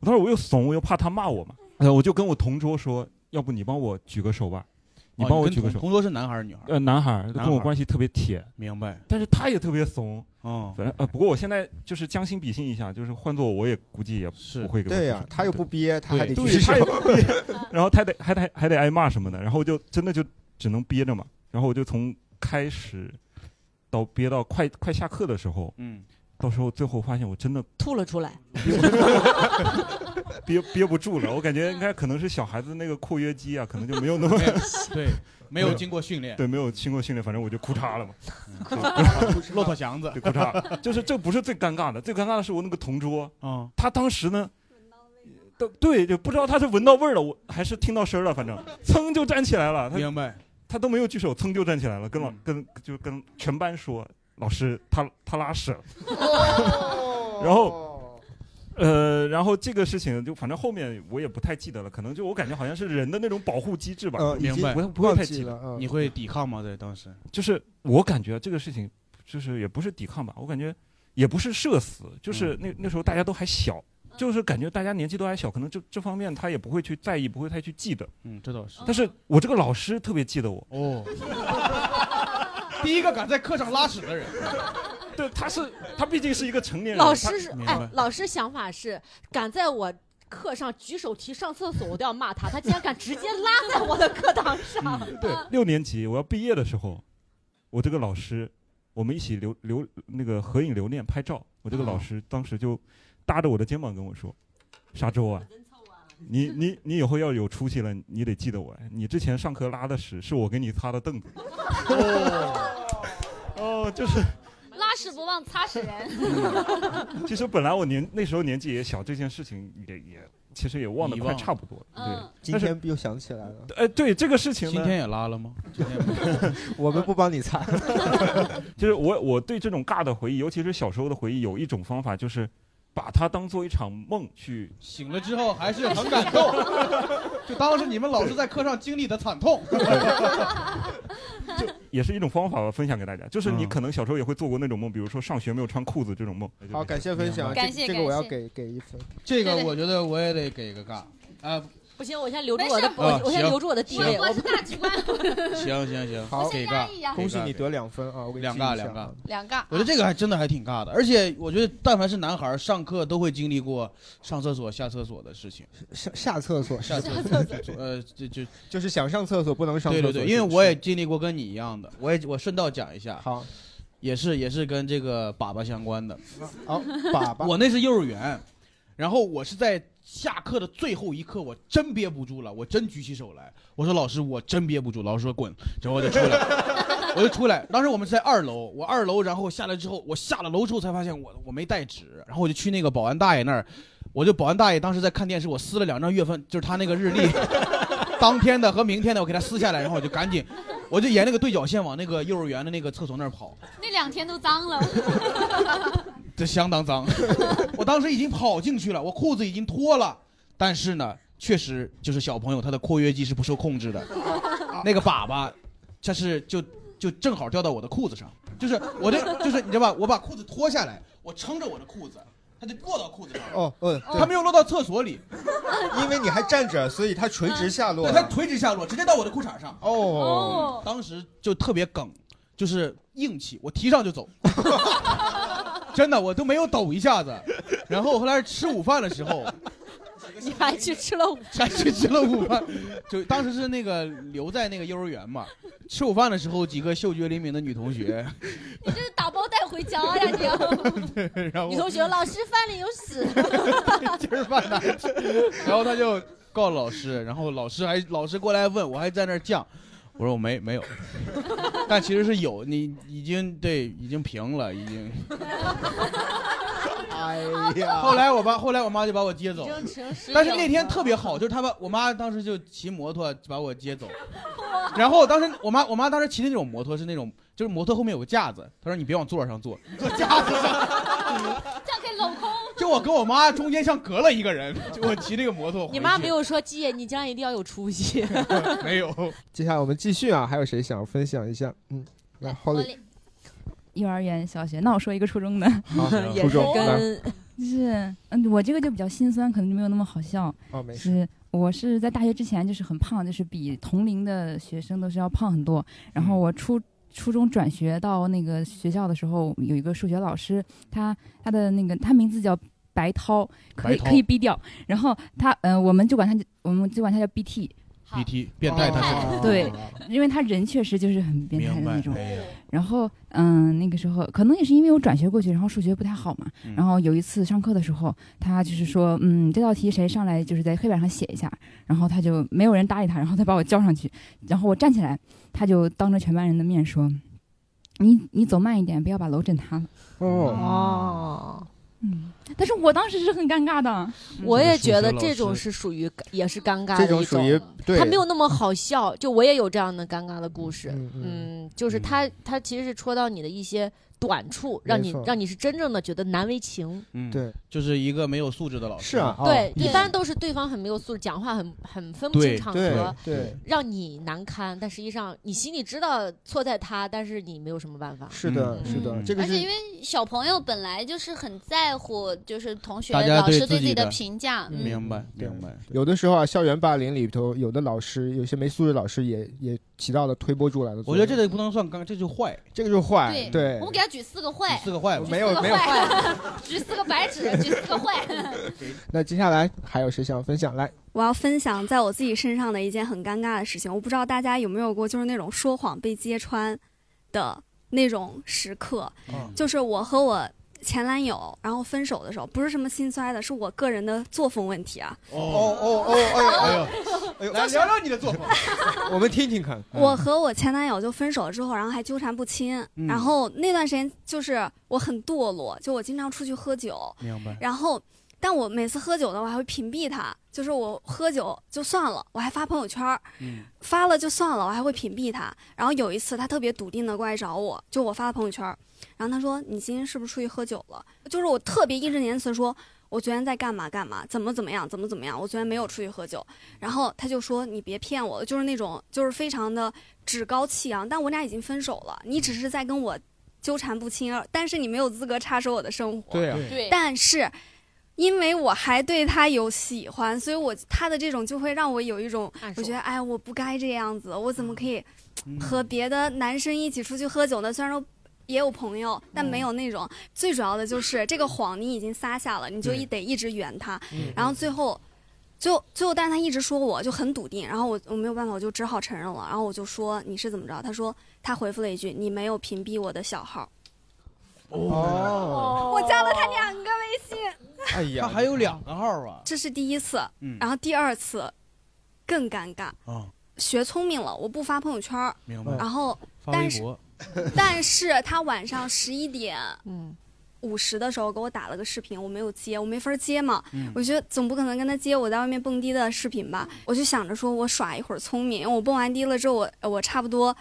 我当时我又怂，我又怕他骂我嘛，呃，我就跟我同桌说，要不你帮我举个手吧，你哦帮我跟举个同手。同桌是男孩儿女孩儿？呃，男孩儿男跟我孩儿关系特别铁，明白。但是他也特别怂。哦，反正呃，不过我现在就是将心比心一下，就是换做我也估计也不会给我对举呀手他又不憋他还得对举手他也不 (laughs) 憋然后他得还得还得挨骂什么的，然后我就真的就只能憋着嘛。然后我就从开始到憋到快快下课的时候，嗯，到时候最后发现我真的吐了出来， (laughs) 憋憋不住了，我感觉应该可能是小孩子那个括约肌啊，可能就没有那么对，没有经过训练。对，没有经过训练，反正我就 (laughs) 哭嚓了嘛，嗯骆驼祥子对，哭嚓，就是这不是最尴尬的，最尴尬的是我那个同桌，啊，他当时呢，都对，就不知道他是闻到味儿了，我还是听到声儿了，反正噌就站起来了，他明白，嗯他都没有举手，噌就站起来了，跟老跟就跟全哦班说，老师他他拉屎了，然后呃，然后这个事情就反正后面我也不太记得了，可能就我感觉好像是人的那种保护机制吧，明白，呃不会不会太记记得。你会抵抗吗？在当时，就是我感觉这个事情就是也不是抵抗吧，我感觉也不是社死，就是那、那时候大家都还小，嗯就是感觉大家年纪都还小，可能这这方面他也不会去在意，不会太去记得。嗯，这倒是。但是我这个老师特别记得我。哦。 (laughs) 第一个敢在课上拉屎的人， (laughs) 对，他是他毕竟是一个成年人。老师是他明白哎，老师想法是敢在我。课上举手提上厕所，我都要骂他。他竟然敢直接拉在我的课堂上，嗯 (laughs) 对，六年级我要毕业的时候，我这个老师，我们一起留留那个合影留念拍照。我这个老师当时就搭着我的肩膀跟我说：“沙洲啊，你你你以后要有出息了，你得记得我。你之前上课拉的屎是我给你擦的凳子。 (laughs) 哦”哦，就是 (laughs) 拉屎不忘擦屎人。其实本来我年那时候年纪也小，这件事情也也其实也忘得遗快忘差不多了。嗯对，今但是天又想起来了，哎，对这个事情呢，今天也拉了吗？ (laughs) 我们不帮你擦。 (laughs) 就是我我对这种尬的回忆，尤其是小时候的回忆，有一种方法就是把它当做一场梦去。醒了之后还是很感 (laughs) 动，就当是你们老师在课上经历的惨痛。也是一种方法吧，分享给大家。就是嗯你可能小时候也会做过那种梦，比如说上学没有穿裤子这种梦。 (laughs) 好，感谢分享，感谢这这个我要感给给一分。这个我觉得我也得给个尬啊！不行，我先留住我的没，事我啊我先行留住我的地位。我是大局观， (laughs) 行行行，好给压尬抑啊，恭喜给尬你得两分啊！我给你两记一下尬两尬。两尬。我觉得这个还真的还挺尬的，而且我觉得但凡是男孩儿上课都会经历过上厕所、下厕所的事情。下下厕所，下厕所，呃，就就 (laughs) 就是想上厕所不能上对厕所。对对，因为我也经历过跟你一样的，我也我顺道讲一下，好，也是也是跟这个粑粑相关的。哦，粑粑，我那是幼儿园，然后我是在下课的最后一刻，我真憋不住了，我真举起手来，我说老师，我真憋不住，老师说滚，然后我就出来了，我就出来。当时我们是在二楼，我二楼，然后下来之后，我下了楼之后才发现我我没带纸，然后我就去那个保安大爷那儿，我就保安大爷当时在看电视，我撕了两张月份，就是他那个日历。 (laughs) 当天的和明天的，我给他撕下来，然后我就赶紧，我就沿那个对角线往那个幼儿园的那个厕所那儿跑， (laughs) 那两天都脏了， (laughs) 这相当脏。 (laughs) 我当时已经跑进去了，我裤子已经脱了，但是呢，确实就是小朋友他的括约肌是不受控制的，那个粑粑，这是就就正好掉到我的裤子上，就是我这就是你知道吧，我把裤子脱下来，我撑着我的裤子，它就落到裤子上。哦，嗯，它没有落到厕 (laughs) 所里，因为你还站着，所以它垂直下 (laughs) 落对，了。它垂直下落，直接到我的裤衩上。哦，当时就特别梗，就是硬气，我提上就走， (laughs) 真的，我都没有抖一下子。然后后来吃午饭的时候，你还去 (laughs) 吃了午还去吃了午饭，就当时是那个留在那个幼儿园嘛，吃午饭的时候，几个嗅觉灵敏的女同学， (laughs) 你这是打包带回家呀？你啊要然后女同学，老师饭里有 (laughs) 屎。今儿饭难吃， (laughs) 然后他就告老师，然后老师还老师过来问我还在那儿犟，我说我没没有，但其实是有，你已经对已经平了，已经。哎 (laughs) 呀后来我爸后来我妈就把我接走，但是那天特别别好，就是他把我妈当时就骑摩托把我接走，然后当时我妈我妈当时骑的那种摩托是那种就是摩托后面有个架子，她说你别往座上坐，这样可以镂空。就我跟我妈中间像隔了一个人， (laughs) 就我骑这个摩托回去。你妈没有说基爷，你将来一定要有出息。 (laughs) 没有。接下来我们继续啊，还有谁想分享一下？嗯，来，Holly，幼儿园、小学，那我说一个初中的 (laughs) 好，也啊初是中来跟就是，嗯，我这个就比较心酸，可能就没有那么好笑。哦没事是我是在大学之前就是很胖，就是比同龄的学生都是要胖很多。然嗯后我初初中转学到那个学校的时候，有一个数学老师，他他的那个他名字叫白涛，可以白涛可以逼掉。然后他，嗯、我们就管他叫，我们就管他叫 BT。 BT 变态，他哦是 (laughs) 对，因为他人确实就是很变态的那明种白哎呀。然后，嗯，那个时候可能也是因为我转学过去，然后数学不太好嘛。嗯然后有一次上课的时候，他就是说，嗯，这道题谁上来就是在黑板上写一下，然后他就没有人搭理他，然后他把我叫上去，然后我站起来，他就当着全班人的面说：“你你走慢一点，不要把楼震塌了。”哦，嗯，但是我当时是很尴尬的。我也觉得这种是属于也是尴尬的这一种种，属于对他没有那么好笑。就我也有这样的尴尬的故事，嗯嗯，就是他他其实是戳到你的一些短处，让没你错让你是真正的觉得难为情。嗯，对，就是一个没有素质的老师。嗯是啊哦对，一般都是对方很没有素质，讲话很很分不清对场对合，对让你难堪。但实际上你心里知道错在他，但是你没有什么办法。是的，是的，这个而是且因为小朋友本来就是很在乎，就是同学、大家老师对对自己的的评价。嗯明白，明白。有的时候啊，校园霸凌里头，有的老师，有些没素质老师也也起到了推波助澜的作我用。觉得这个不能算刚，这就坏，这个就坏对，，对我，们给他举四个坏，四个坏吧没有四个没有坏， (laughs) 举四个白纸，举四个坏。 (laughs) 那接下来还有谁想分享？来，我要分享在我自己身上的一件很尴尬的事情，我不知道大家有没有过，就是那种说谎被揭穿的那种时刻。嗯就是我和我前男友，然后分手的时候，不是什么心酸的，是我个人的作风问题啊。哦哦哦，哎呦哎呦哎呦，来聊聊你的作风，我们听听看。我和我前男友就分手了之后，然后还纠缠不清，嗯然后那段时间就是我很堕落，就我经常出去喝酒，明白然后，但我每次喝酒呢，我还会屏蔽他，就是我喝酒就算了，我还发朋友圈儿，嗯发了就算了，我还会屏蔽他。然后有一次，他特别笃定的过来找我，就我发了朋友圈儿，然后他说：“你今天是不是出去喝酒了？”就是我特别义正言辞地说。我昨天在干嘛干嘛，怎么怎么样，怎么怎么样，我昨天没有出去喝酒。然后他就说你别骗我了，就是那种就是非常的趾高气扬，但我俩已经分手了，你只是在跟我纠缠不清，但是你没有资格插手我的生活。对啊对但是因为我还对他有喜欢，所以我他的这种就会让我有一种，我觉得哎，我不该这样子，我怎么可以嗯和别的男生一起出去喝酒呢？虽然说。也有朋友，但嗯没有那种。最主要的就是这个谎你已经撒下了，你就一得一直圆它。嗯然后最后，最后最后，但是他一直说我就很笃定，然后我我没有办法，我就只好承认了。然后我就说你是怎么着？他说他回复了一句你没有屏蔽我的小啊号。哦， (laughs) 我加了他两个微信，哎呀，他还有两个号啊，这是第一次，嗯然后第二次更尴尬，哦啊，学聪明了，我不发朋友圈儿，明嗯白然后发但微是博， (laughs) 但是他晚上十一点，嗯五十的时候给我打了个视频，我没有接，我没法接嘛。嗯我觉得总不可能跟他接我在外面蹦迪的视频吧，我就想着说我耍一会儿聪明，我蹦完迪了之后，我我差不多，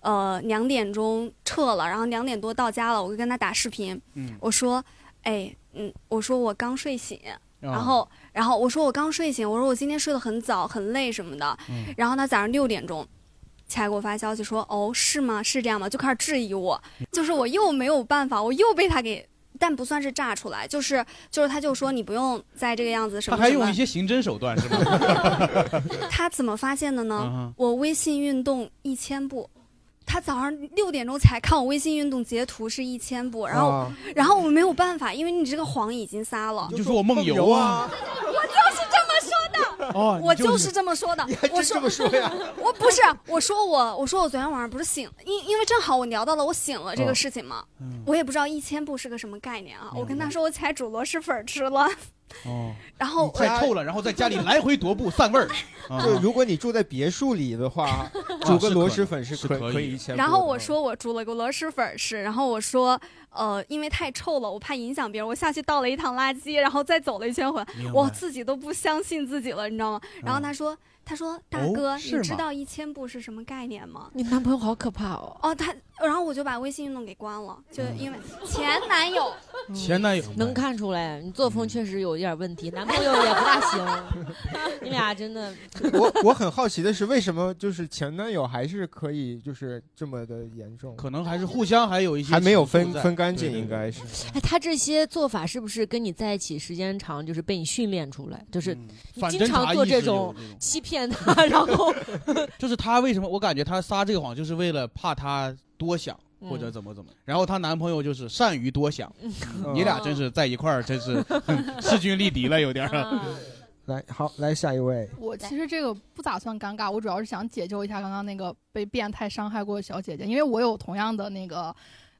呃两点钟撤了，然后两点多到家了，我就跟他打视频，嗯啊我说，哎，嗯，我说我刚睡醒。然后，然后我说我刚睡醒，我说我今天睡得很早，很累什么的。嗯然后他早上六点钟，才给我发消息说：“哦，是吗？是这样吗？”就开始质疑我，就是我又没有办法，我又被他给，但不算是炸出来，就是就是他就说你不用再这个样子什他么还什用么一。些刑侦手段是吧？ (laughs) 他怎么发现的呢？嗯哼我微信运动一千步，他早上六点钟才看我微信运动截图是一千步，然后、啊然后我没有办法，因为你这个谎已经撒了，你就说我梦游啊，我就是这么说的。哦我你就就是是这么说的。我说这么说 (laughs) 呀 (laughs) 我不是，啊我说我，我说我昨天晚上不是醒，因因为正好我聊到了我醒了这哦个事情嘛，嗯我也不知道一千步是个什么概念啊。我跟他说我踩主螺蛳粉儿吃了， (laughs) 哦，然后太臭了，然后在家里来回�踱步散味儿，啊就如果你住在别墅里的 (laughs) 话，煮个螺蛳粉是是可可以可以一千步的。然后我说我煮了个螺蛳粉儿吃，然后我说，呃，因为太臭了，我怕影响别人，我下去倒了一趟垃圾，然后再走了一圈回来明白，我自己都不相信自己了，你知道吗？然后嗯他说，他说大哦哥，是你知吗道一千步是什么概念吗？你男朋友好可怕哦！哦，他，然后我就把微信运动给关了，就嗯因为前男友，前男友嗯嗯能看出来，你作风确实有一点问题，男朋友也不大 (laughs) 行。 (laughs) 你俩真的，我我很好奇的是，为什么就是前男友还是可以就是这么的严重？可能 (laughs) 还是互相还有一些还没有情愫分在分干净，对对应该是。哎，他这些做法是不是跟你在一起时间长，就是被你训练出来？就是你嗯反经侦常查做意这识有种这种欺骗他， (laughs) 然后 (laughs) 就是她为什么？我感觉她撒这个谎，就是为了怕他多想嗯或者怎么怎么。然后她男朋友就是善于多想，嗯嗯你俩真是在一块儿，真 (laughs) 是势均力敌了，有点儿。来，好，来下一位。我其实这个不咋算尴尬，我主要是想解救一下刚刚那个被变态伤害过的小姐姐，因为我有同样的那个，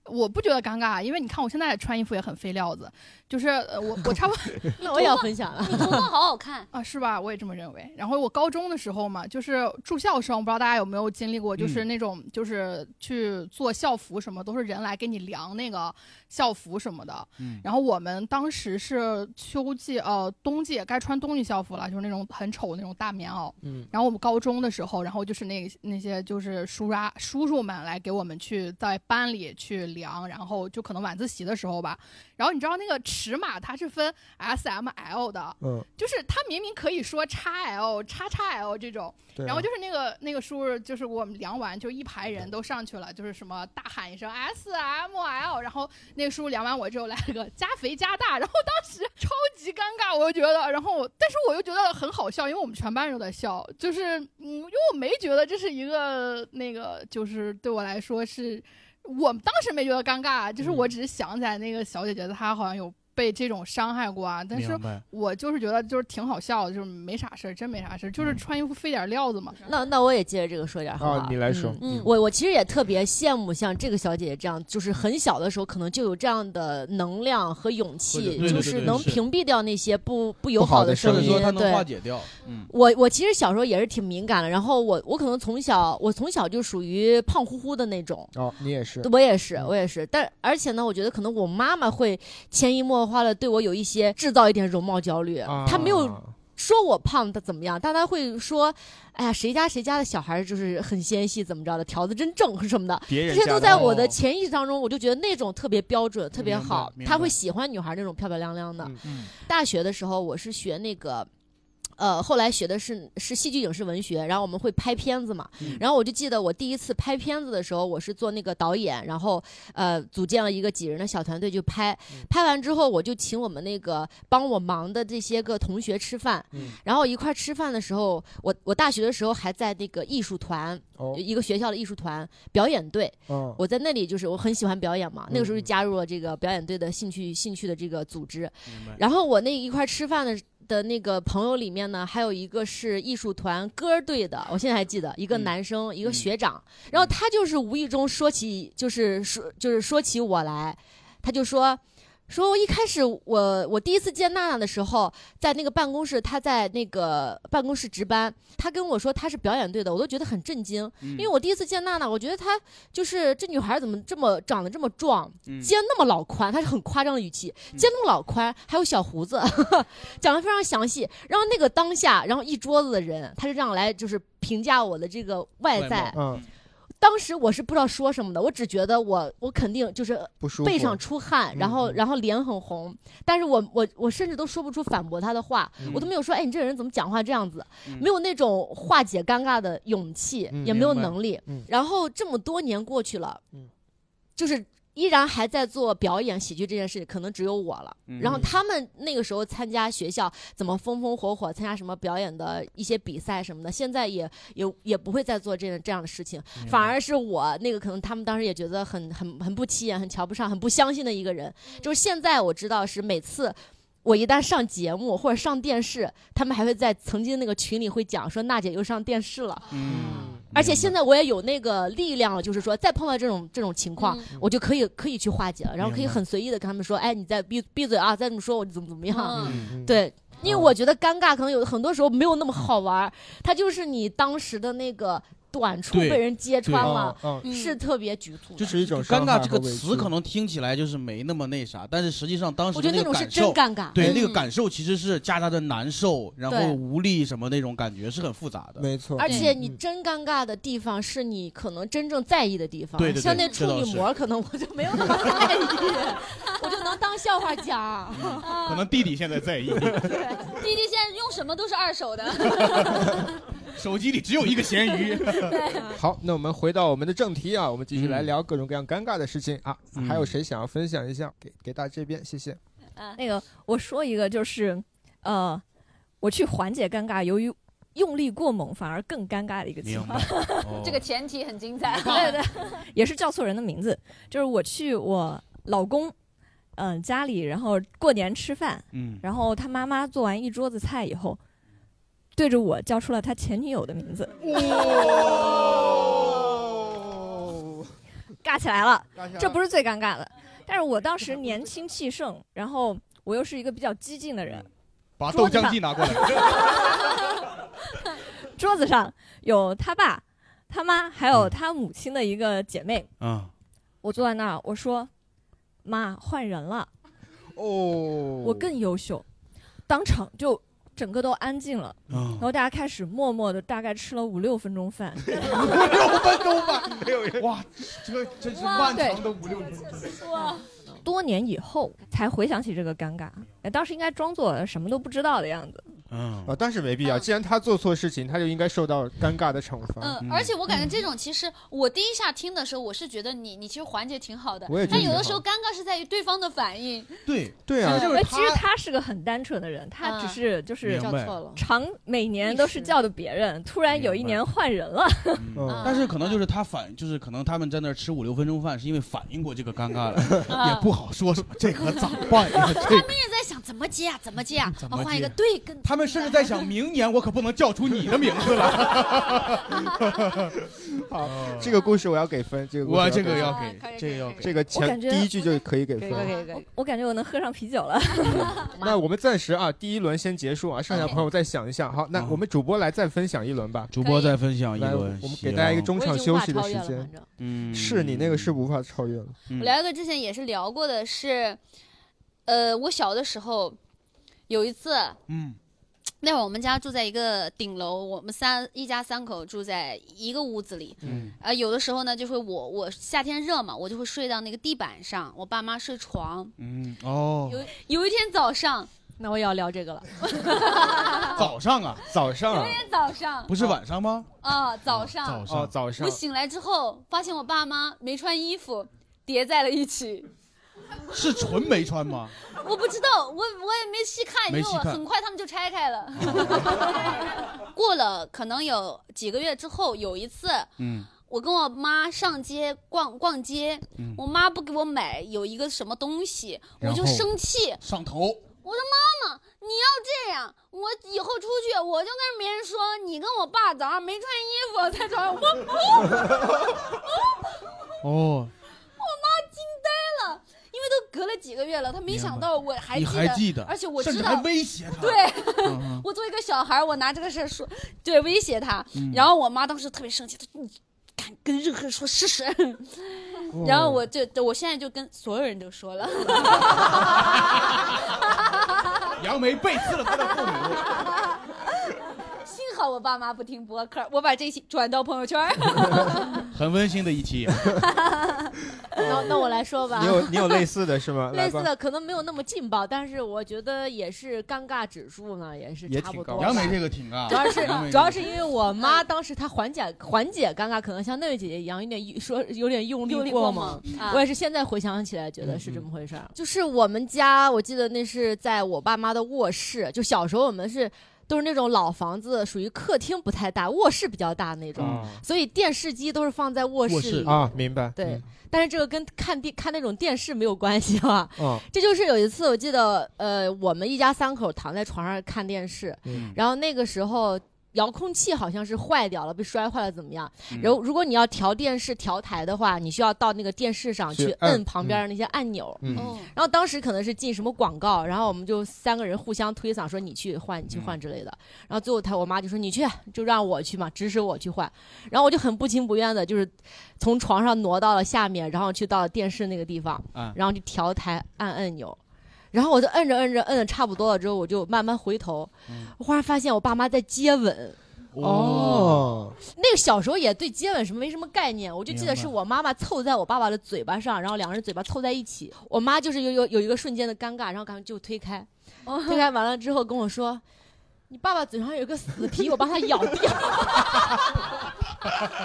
我不觉得尴尬，因为你看我现在穿衣服也很费料子，就是呃我我差不多 (laughs) ，那我也要分享 (laughs) 了你头发好好看啊，是吧？我也这么认为。然后我高中的时候嘛，就是住校生，我不知道大家有没有经历过，就是嗯那种就是去做校服什么，都是人来给你量那个校服什么的，嗯然后我们当时是秋季，呃，冬季该穿冬季校服了，就是那种很丑的那种大棉袄。嗯然后我们高中的时候，然后就是那那些就是叔啊叔叔们来给我们去在班里去量，然后就可能晚自习的时候吧。然后你知道那个尺码它是分 S、M、L 的，嗯就是他明明可以说 x L、x x L 这种，对啊然后就是那个那个叔叔，就是我们量完就一排人都上去了，就是什么大喊一声 S、M、L，然后那个叔叔量完我之后来了个加肥加大，然后当时超级尴尬，我就觉得，然后我但是我又觉得很好笑，因为我们全班人都在笑，就是嗯，因为我没觉得这是一个那个，就是对我来说是。我当时没觉得尴尬，就是我只是想起来那个小姐姐，她好像有被这种伤害过啊。但是明白我就是觉得就是挺好笑的，就是没啥事儿，真没啥事儿，就是穿衣服费点料子嘛。那那我也接着这个说点儿好不好嗯啊你来说嗯嗯，我我其实也特别羡慕像这个小姐姐这样，就是很小的时候可能就有这样的能量和勇对气对，对就对是对能是屏蔽掉那些不不友不好的声或者音说他。能化对解，掉，嗯，我我其实小时候也是挺敏感的，然后我我可能从小我从小就属于胖乎乎的那种，哦，你也是，对我也嗯是，我也是，但而且呢，我觉得可能我妈妈会潜移默化的对我有一些制造一点容貌焦虑，啊她没有说我胖的怎么样，但她会说，哎呀，谁家谁家的小孩就是很纤细，怎么着的，条子真正什么的，别人这些家的都在我的哦潜意识当中，我就觉得那种特别标准，特别明白好，明她白会喜欢女孩那种漂漂亮亮的。嗯大学的时候，我是学那个。呃，后来学的是是戏剧影视文学，然后我们会拍片子嘛。嗯然后我就记得我第一次拍片子的时候，我是做那个导演，然后呃组建了一个几人的小团队去拍。嗯拍完之后，我就请我们那个帮我忙的这些个同学吃饭，嗯然后一块儿吃饭的时候，我我大学的时候还在那个艺术团，一个学校的艺术团表演队。哦嗯我在那里就是我很喜欢表演嘛，那个时候就加入了这个表演队的兴趣兴趣的这个组织。然后我那一块儿吃饭的的那个朋友里面呢，还有一个是艺术团歌队的，我现在还记得一个男生，一个学长。然后他就是无意中说起，就是说就是说起我来，他就说。说一开始我我第一次见娜娜的时候，在那个办公室，她在那个办公室值班，她跟我说她是表演队的，我都觉得很震惊，嗯因为我第一次见娜娜，我觉得她就是这女孩怎么这么长得这么壮，嗯肩那么老宽，她是很夸张的语气，肩那么老宽，还有小胡子， (laughs) 讲的非常详细。然后那个当下，然后一桌子的人，他就这样来就是评价我的这个外在，嗯，当时我是不知道说什么的，我只觉得我我肯定就是不舒服背上出汗，嗯然后然后脸很红，但是我我我甚至都说不出反驳他的话，嗯我都没有说哎你这个人怎么讲话这样子，嗯没有那种化解尴尬的勇气，嗯也没有明白能力。嗯然后这么多年过去了，嗯就是依然还在做表演喜剧这件事，可能只有我了。嗯然后他们那个时候参加学校怎么风风火火，参加什么表演的一些比赛什么的，现在也也也不会再做这样这样的事情，白反而是我那个可能他们当时也觉得很很很不起眼、很瞧不上、很不相信的一个人。就是现在我知道是每次。我一旦上节目或者上电视，他们还会在曾经那个群里会讲说娜姐又上电视了，嗯而且现在我也有那个力量了，就是说再碰到这种这种情况，我就可以可以去化解了，然后可以明白很随意的跟他们说，哎，你再闭闭嘴啊，再这么说我就怎么怎么样，嗯嗯对。因为我觉得尴尬可能有很多时候没有那么好玩儿，它就是你当时的那个短处对被人揭穿了对嗯，嗯是特别局促的。就是一种伤尴害尬这和个委词，屈可能听起来就是没那么那啥，但是实际上当时我觉得的那个种是感受，真尴尬对嗯那个感受其实是夹杂着难受，然对后无力什么那种感觉是很复杂的，没错嗯而嗯且你真尴尬的地方是你可能真正在意的地方，对对对像那处这倒女是膜，可能我就没有那么在意， (laughs) 我就能当笑话讲。啊可能弟弟现在 (laughs) 在意，弟弟现在用什么都是二手的。手机里只有一个咸鱼。好，那我们回到我们的正题啊，我们继续来嗯聊各种各样尴尬的事情啊。还有谁想要分享一下？给给大家这边，谢谢。那个我说一个，就是呃，我去缓解尴尬，由于用力过猛反而更尴尬的一个情况。这哦这个前提很精彩。对对， (laughs) 也是叫错人的名字。就是我去我老公嗯、呃家里，然后过年吃饭，嗯然后他妈妈做完一桌子菜以后，对着我叫出了他前女友的名字， (laughs) 哦尬起来了尬起来。了这不是最尴尬的，但是我 (laughs) 当时年轻气盛，然后我又是一个比较激进的人，把桌豆子上浆机拿过来，桌子上有他爸、他妈，还有他母亲的一个姐妹。嗯，我坐在那儿，我说：“妈，换人了。”哦，我更优秀，当场就整个都安静了，嗯然后大家开始默默的，大概吃了五六分钟 (laughs) 饭，六分钟吧， (laughs) 没有人 (laughs) 哇，这真是哇漫对长的五六分钟。多年以后才回想起这个尴尬，哎当时应该装作什么都不知道的样子。嗯啊，但是没必要，既然他做错事情，他就应该受到尴尬的惩罚。嗯，而且我感觉这种其实我第一下听的时候，我是觉得你你其实环节挺好的我也，觉得但有的挺时好候尴尬是在于对方的反应。对对啊，呃其实他啊是个很单纯的人，他只是就是明白叫错了常每年都是叫的别人，突然有一年换人了。嗯嗯嗯但是可能就是他反，就是可能他们在那儿吃五六分钟饭，是因为反应过这个尴尬了，嗯啊也不好说什么，这可咋办 (laughs) 呀？他这们也在想怎么接啊，怎么嗯接啊？怎啊么换一接个对跟他们甚至在想，明年我可不能叫出你的名字 (laughs) 了。 (laughs) 好，这个故事我要给分，这个故事我要嗯这个要分给可以这个可以要给这个我感前觉第一句就可以给分。我我感觉我能喝上啤酒了。那我们暂时啊，第一轮先结束啊，剩下朋友再想一想。好，那我们主播来再分享一轮吧。嗯主播再分享一来轮我们给大家一个中场休息的时我已经无法超间越了反正。嗯，是你那个是无法超越了。我聊一个之前也是聊过的是，呃，我小的时候有一次，嗯，那会儿我们家住在一个顶楼，我们三一家三口住在一个屋子里。嗯啊、有的时候呢，就会我我夏天热嘛，我就会睡到那个地板上，我爸妈睡床。嗯哦，有有一天早上，那我也要聊这个了。早上啊，早上有一天早上不是晚上吗？啊、早上早上哦早上我醒来之后，发现我爸妈没穿衣服，叠在了一起。是纯没穿吗？我不知道，我我也没细看，因没为细我看哦很快他们就拆开了。 (laughs) 过了可能有几个月之后，有一次嗯我跟我妈上街逛逛街，嗯我妈不给我买有一个什么东西，我然后就生气，上头。我说妈妈，你要这样，我以后出去我就跟别人说你跟我爸早上没穿衣服在床上，我 (laughs) 哦，我妈惊呆了，因为都隔了几个月了，她没想到我还你记得，还记得而且我甚知至道还威胁她对， (laughs) 嗯我作为一个小孩儿，我拿这个事儿说，对，威胁她。嗯然后我妈当时特别生气，她说你敢跟任何人说试试。哦然后我就，我现在就跟所有人都 (laughs) 说了，杨梅背刺了他的父母。幸好我爸妈不听播客，我把这期转到朋友圈儿。 (laughs) 很温馨的一期。那那我来说 (laughs) 吧。你有你有类似的是吗？ (laughs) 类似来吧的，可能没有那么劲爆，但是我觉得也是尴尬指数呢，也是也差挺不高多。杨梅这个挺啊，主要杨梅是主要是因为我妈当时她缓解缓解尴尬，可能像那位姐姐一样，有点说有点用用力力过猛猛啊。我也是现在回想起来，觉得是这么回事儿。嗯就是我们家，我记得那是在我爸妈的卧室，就小时候我们是。都是那种老房子，属于客厅不太大，卧室比较大那种，啊所以电视机都是放在卧卧室里。啊，明白。对，嗯但是这个跟看电看那种电视没有关系啊。 (laughs) 嗯这就是有一次，我记得，呃，我们一家三口躺在床上看电视，嗯然后那个时候遥控器好像是坏掉了，被摔坏了，怎么样嗯？然后如果你要调电视调台的话，你需要到那个电视上去去摁摁旁边的那些按钮。嗯哦然后当时可能是进什么广告，然后我们就三个人互相推搡，说你去换，你去嗯换之类的。然后最后他我妈就说你去，就让我去嘛，指使我去换。然后我就很不情不愿的，就是从床上挪到了下面，然后去到了电视那个地方，啊然后去调台按按钮。然后我就摁着摁着摁的差不多了之后，我就慢慢回头，我忽然发现我爸妈在接吻。哦，那个小时候也对接吻什么没什么概念，我就记明得白是我妈妈凑在我爸爸的嘴巴上，然后两个人嘴巴凑在一起，我妈就是有有有一个瞬间的尴尬，然后赶紧就推开，哦推开完了之后跟我说。你爸爸嘴上有一个死皮，我帮他咬掉。 (laughs)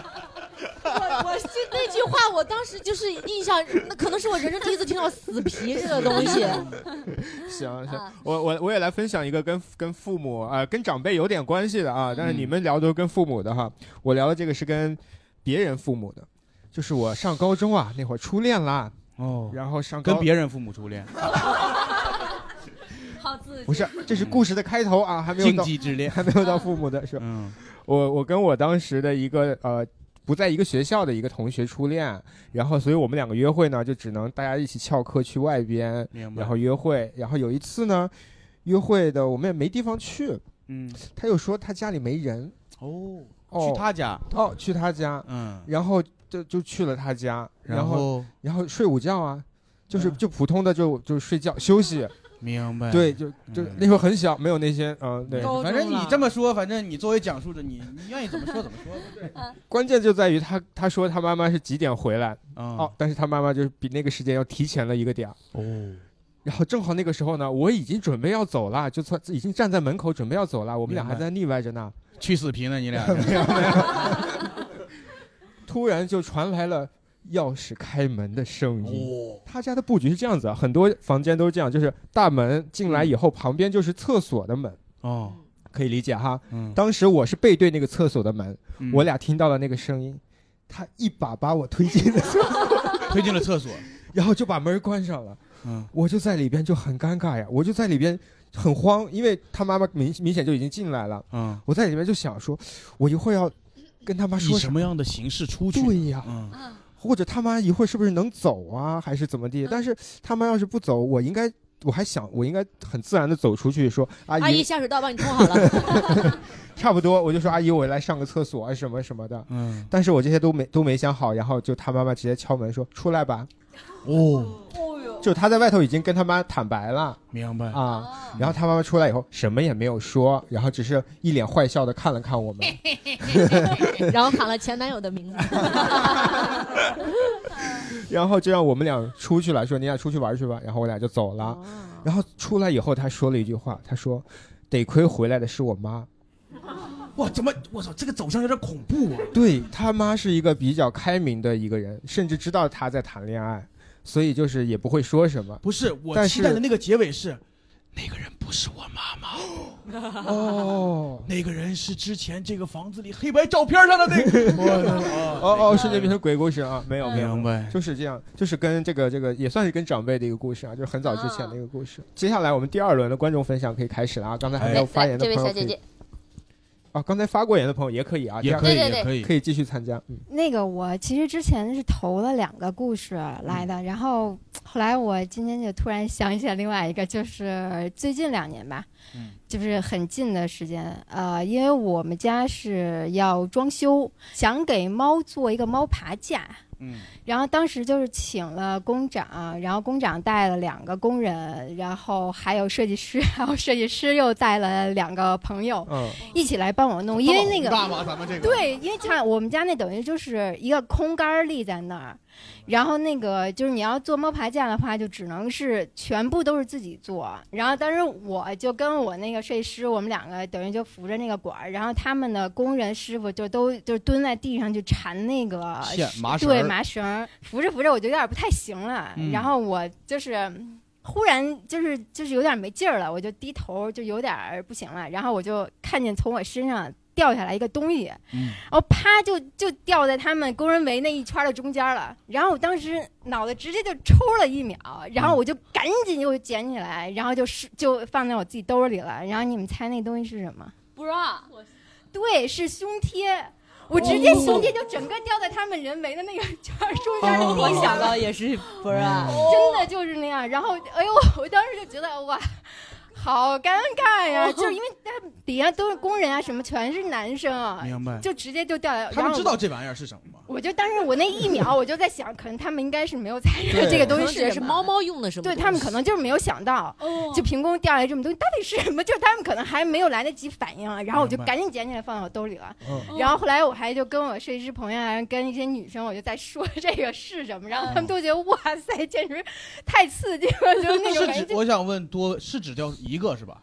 我我是那句话，我当时就是印象，那可能是我人生第一次听到死皮这个东 (laughs) 西。行行，我我我也来分享一个跟跟父母啊、呃跟长辈有点关系的啊，嗯但是你们聊都是跟父母的哈，我聊的这个是跟别人父母的，就是我上高中啊那会儿初恋啦，哦，然后上高跟别人父母初恋， (laughs) 好自己不是，这是故事的开头啊，还没有到嗯禁忌之恋， (laughs) 还没有到父母的是吧，嗯，我我跟我当时的一个呃。不在一个学校的一个同学初恋，然后所以我们两个约会呢，就只能大家一起翘课去外边明，白然后约会。然后有一次呢，约会的我们也没地方去，嗯，他又说他家里没人，哦，哦去他家，哦，去他家，嗯，然后就就去了他家，然后后嗯然后睡午觉啊，就是就普通的就就睡觉休息，明白嗯对，就就那时候很小，没有那些啊，对，反正你这么说，反正你作为讲述者，你你愿意怎么说 (laughs) 怎么说。对，关键就在于他他说他妈妈是几点回来，嗯哦，但是他妈妈就是比那个时间要提前了一个点儿哦。然后正好那个时候呢，我已经准备要走了，就算已经站在门口准备要走了，我们俩明白还在腻歪着呢。去死皮呢，你 (laughs) 俩！突然就传来了钥匙开门的声音。他家的布局是这样子啊，很多房间都是这样，就是大门进来以后，旁边就是厕所的门。嗯哦，可以理解哈。嗯当时我是背对那个厕所的门，嗯我俩听到了那个声音，他一把把我推进了厕所，推进了厕所， (laughs) 然后就把门关上了。嗯，我就在里边就很尴尬呀，我就在里边很慌，因为他妈妈明明显就已经进来了。嗯，我在里面就想说，我一会儿要跟他妈说以什么样的形式出嗯去？对呀，或者他妈一会儿是不是能走啊，还是怎么地？但是他妈要是不走，我应该我还想我应该很自然的走出去说啊阿姨，阿姨下水道帮你通 (laughs) 好了。差不多，我就说阿姨，我来上个厕所啊什么什么的。嗯，但是我这些都没都没想好，然后就他妈妈直接敲门说出来吧。哦，就他在外头已经跟他妈坦白了。明白啊，然后他妈妈出来以后什么也没有说，然后只是一脸坏笑的看了看 (laughs) 我们，然后喊了前男友的名字。然后就让我们俩出去了，说你俩出去玩去吧，然后我俩就走了。然后出来以后，他说了一句话，他说：“得亏回来的是我妈。”哇，怎么我操，这个走向有点恐怖啊！对他妈是一个比较开明的一个人，甚至知道他在谈恋爱，所以就是也不会说什么。不是我但期待的那个个结尾是，那个人不是我妈妈， (laughs) 哦，那个人是之前这个房子里黑白照片上的那个， (laughs) 我哦哦，瞬间变成鬼故事啊！没有没有，啊明白就是这样，就是跟这个这个也算是跟长辈的一个故事啊，就是很早之前的一个故啊事。啊接下来我们第二轮的观众分享可以开始了啊！刚才还没有发言的这朋位友可小以，姐姐，啊，刚才发过言的朋友也可以啊，也这样可以对对也可以可以继续参加。嗯，那个我其实之前是投了两个故事来的，然后后来我今天就突然想起来另外一个，就是最近两年吧，嗯就是很近的时间，呃，因为我们家是要装修，想给猫做一个猫爬架，嗯然后当时就是请了工长，然后工长带了两个工人，然后还有设计师， (laughs) 然后设计师又带了两个朋友，嗯一起来帮我嗯弄，因为那个大吗？咱们这个对，因为像我们家那等于就是一个空杆儿立在那儿，然后那个就是你要做猫爬架的话，就只能是全部都是自己做。然后当时我就跟我那个设计师，我们两个等于就扶着那个管儿，然后他们的工人师傅就都就蹲在地上去缠那个线是啊麻绳对儿麻绳儿，扶着扶着我就有点不太行了，嗯然后我就是。忽然就是就是有点没劲儿了，我就低头就有点儿不行了，然后我就看见从我身上掉下来一个东西，嗯然后啪就就掉在他们工人围那一圈儿的中间儿了。然后我当时脑袋直接就抽了一秒，然后我就赶紧又捡起来，然后就是就放在我自己兜里了。然后你们猜那东西是什么？ bra，对，是胸贴。哦我直接胸贴就整个掉在他们人围的那个圈儿中间儿哦的地上了。也是不是啊真的就是那样。然后，哎呦， (laughs) 我当时就觉得哇，好尴尬哦呀！就是因为他底下都是工人啊，什么全是男生啊，明白就直接就掉下来。他然们后知道这玩意儿是什么吗？我就当时我那一秒我就在想，可能他们应该是没有猜对到这个东西可能觉得是猫猫用的什么对东他们可能就是没有想到，就凭空掉下来这么东西，到底是什么？就是他们可能还没有来得及反应啊，然后我就明白赶紧捡起来放到我兜里了。嗯然后后来我还就跟我设计师朋友啊，跟一些女生，我就在说这个是什么，然后他们都觉得哇塞，简直太刺激了，就是那 (laughs) 种感是觉指我想问多是只掉一个是吧？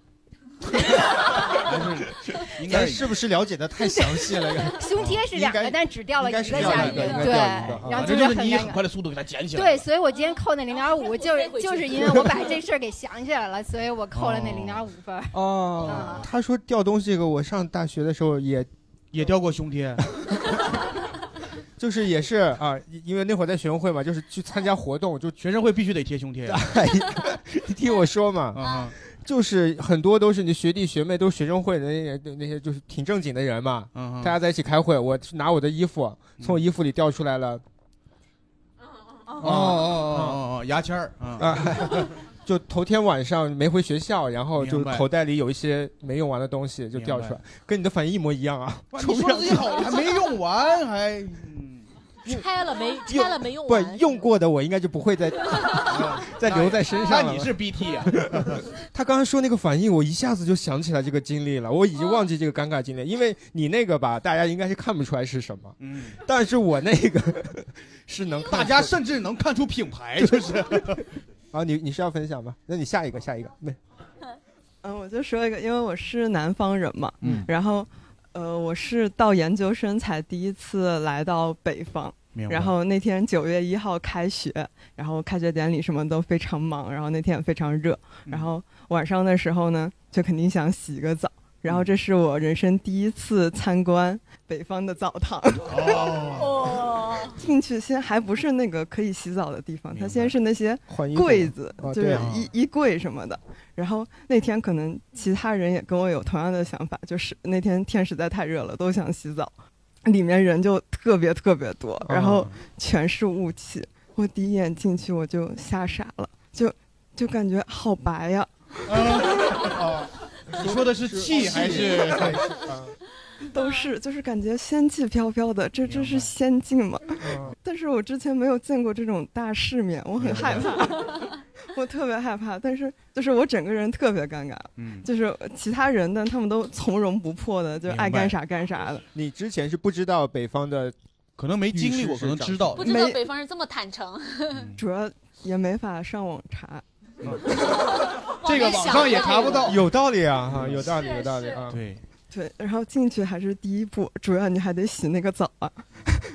应咱该是不是了解的太详细了呀？ (laughs) 胸贴是两个，但只掉了一个是掉下一个应该对掉一个啊，然后这是就很是你以尴很尬。快的速度给它捡起来。对，，所以我今天扣那零点五，就是就是因为我把这事儿给想起来了，所以我扣了那零点五分儿。哦，他说掉东西这个，我上大学的时候也也掉过胸贴，就是也是啊，因为那会儿在学生会嘛， (laughs) 就是去参加活动，就学生会必须得贴啊胸贴。你听我说嗯嘛，就是很多都是你学弟学妹都是学生会的那些那些就是挺正经的人嘛，大家在一起开会，我去拿我的衣服嗯从我衣服里掉出来了，哦哦哦哦，牙签儿啊， (laughs) 就头天晚上没回学校，然后就明白口袋里有一些没用完的东西就掉出明啊来，跟你的反应一模一样啊！ (laughs) 你说的自己好，还没用完，还拆了没拆了没用啊不完，用过的我应该就不会 (laughs) 再再留在身上了。那你是啊 BT (laughs) 呀、他刚刚说那个反应，我一下子就想起来这个经历了，我已经忘记这个尴尬经历，因为你那个吧，大家应该是看不出来是什么，嗯，但是我那个 (laughs) 是能看出，大家甚至能看出品牌，就是啊，你你是要分享吗？那你下一个，下一个，没嗯，我就说一个，因为我是南方人嘛，嗯然后，呃，我是到研究生才第一次来到北方明，白然后那天九月一号开学，然后开学典礼什么都非常忙，然后那天也非常热，嗯然后晚上的时候呢，就肯定想洗个澡，然嗯后这是我人生第一次参观北方的澡堂，进去先还不是那个可以洗澡的地方，它先是那些换衣服柜子啊，就对是啊衣衣柜什么的。然后那天可能其他人也跟我有同样的想法，就是那天天实在太热了，都想洗澡，里面人就特别特别多，然后哦全是雾气。我第一眼进去我就吓傻了，就就感觉好白啊 (laughs) 呀。嗯哦你 (laughs) 说的是气还是？哦啊 (laughs) 嗯都是，就是感觉仙气飘飘的，这这是仙境嘛？嗯 (laughs) 但是我之前没有见过这种大世面，我很害怕， (laughs) 我特别害怕。但是就是我整个人特别尴尬，嗯就是其他人呢，他们都从容不迫的，就爱干啥干啥的。你之前是不知道北方的，可能没经历过可能知道不知道北方人这么坦诚，嗯主要也没法上网查，这个网上也查不 (laughs) 到，有道理啊，哈，有道理，是有道理是啊，对，对，然后进去还是第一步，主要你还得洗那个澡 (laughs) 啊。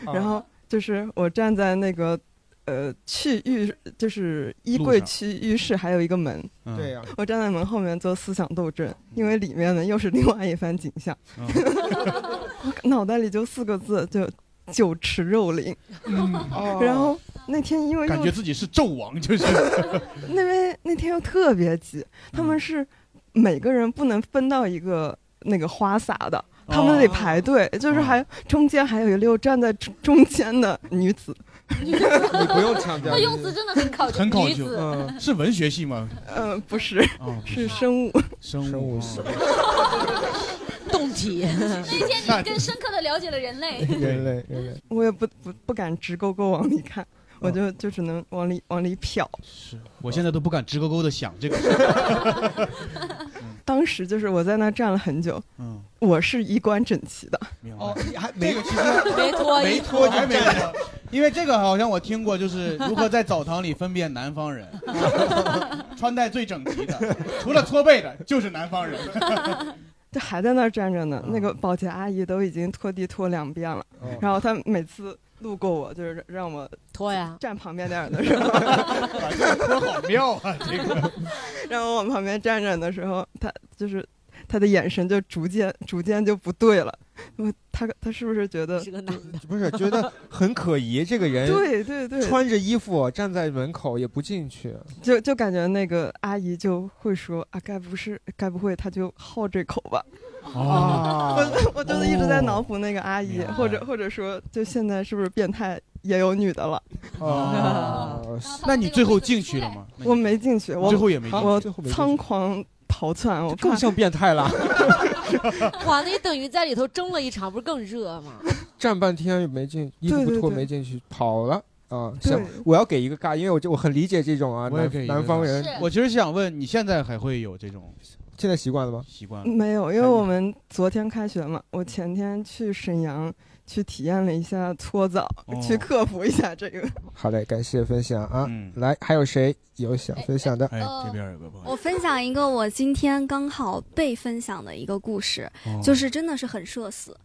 (laughs) 然后就是我站在那个呃去浴，就是衣路柜上区浴室还有一个门，嗯对呀我站在门后面做思想斗嗯争，因为里面呢又是另外一番景象，我 (laughs) 脑袋里就四个字，就酒池肉林。 (laughs) 哦然后那天因为感又觉自己是纣 (laughs) 王， (laughs) 就是那边那天又特别挤，他嗯们是每个人不能分到一个那个花洒的，哦他们得排队，就是还中间还有一溜站在中中间的女子，你不用强调嗯那用词真的很考究，很考女究子，是文学系吗？哦呃，不是，是生物，生物哦系，动体。 (laughs) 那天你更深刻的了解了 (laughs) 人类。人类人类，我也不不不敢直勾勾往里看，哦我就就只能往里往里瞟。我现在都不敢直勾勾的想这个事。当时就是我在那站了很久，嗯，我是衣冠整齐的，哦，你 (laughs) 还没其实没脱衣没服脱还没脱，因为这个好像我听过，就是如何在澡堂里分辨南方人， (laughs) 穿戴最整齐的，除了搓背的，就是南方人。就还在那儿站着呢。嗯那个保洁阿姨都已经拖地拖两遍了，哦然后她每次路过我，就是让让我拖呀，站旁边点儿的时候，拖好妙 (laughs) 啊，这个。然后我旁边站着的时候，她就是她的眼神就逐渐逐渐就不对了。我她她是不是觉得是个男的？不是觉得很可疑，这个人对对对穿着衣服站在门口也不进去， (laughs) 就就感觉那个阿姨就会说啊，该不是该不会她就好这口吧？哦 (laughs) 我我就是一直在脑补那个阿姨，或者或者说，就现在是不是变态也有女的了？哦，那你最后进去了吗？我没进去，我最后也没进去我最后没进去仓皇逃窜，我更像变态了，哇，那你等于在里头蒸了一场，不是更热 (laughs) 吗？站半天也没进，衣服对不对脱对没进去，跑了啊！对行，我要给一个尬，因为我就我很理解这种啊，我也可以南南方人我其实想问，你现在还会有这种现在习惯了吗？习啊惯？没有，因为我们昨天开学嘛，嗯我前天去沈阳去体验了一下搓澡，哦去克服一下这个。好嘞，感谢分享啊！来，还有谁有想分享的？哎这嗯边有个朋我分享一个我今天刚好被分享的一个故事，哦就是真的是很社死，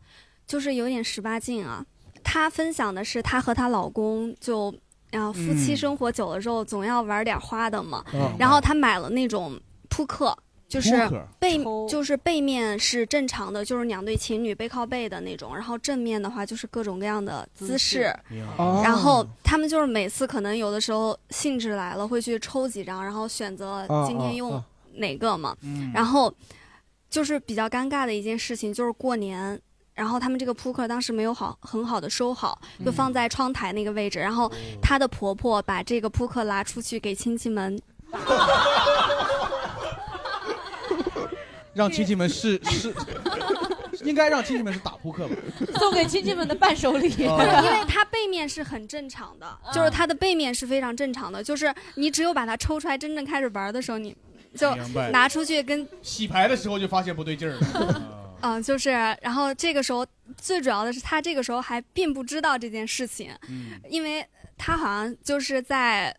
就是有点十八禁啊。她分享的是她和她老公就，啊夫妻嗯生活久了之后总要玩点花的嘛，嗯然后她买了那种扑克。就是扑克背就是背面是正常的，就是两对情侣背靠背的那种，然后正面的话就是各种各样的姿势，哦然后他们就是每次可能有的时候兴致来了会去抽几张，然后选择啊今啊天用啊哪个嘛。嗯然后就是比较尴尬的一件事情，就是过年，然后他们这个扑克当时没有好很好的收好，就放在窗台那个位置。然后她的婆婆把这个扑克拿出去给亲戚们 (laughs) 让亲戚们试试，应该让亲戚们是打扑克吧？ (laughs) 送给亲戚们的伴手礼。哦 (laughs) 因为它背面是很正常的，嗯就是它的背面是非常正常的，就是你只有把它抽出来，真正开始玩的时候，你就明白拿出去跟洗牌的时候就发现不对劲儿了。嗯、就是，然后这个时候最主要的是，他这个时候还并不知道这件事情，嗯因为他好像就是在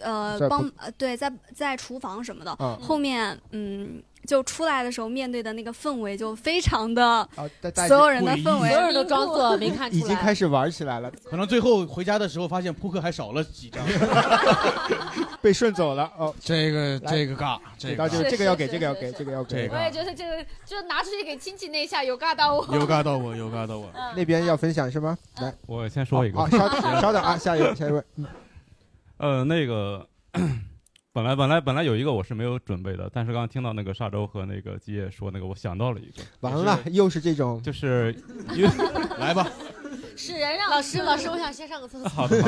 呃在帮不呃对在在厨房什么的，嗯后面嗯就出来的时候面对的那个氛围就非常的大家所有人的诡异氛围，所有人都装作没看已经开始玩起来了，可能最后回家的时候发现扑克还少了几张， (laughs) 被顺走了哦。这个来这个尬，给这到个这个尬这个要给，是这个要给，这个要给这我也觉得这个就拿出去给亲戚那一下有尬到我，有尬到我，有尬到我。那边要分享是吗？来，我先说一个好，稍等稍等啊，下一位，下一位，嗯 (laughs) 呃，那个 (clears throat) 本来本来本来有一个我是没有准备的，但是刚刚听到那个沙洲和那个基业说那个，我想到了一个，完了，又是这种， (laughs) 就是因为来吧，使人让老师，老师，我想先上个厕所。好的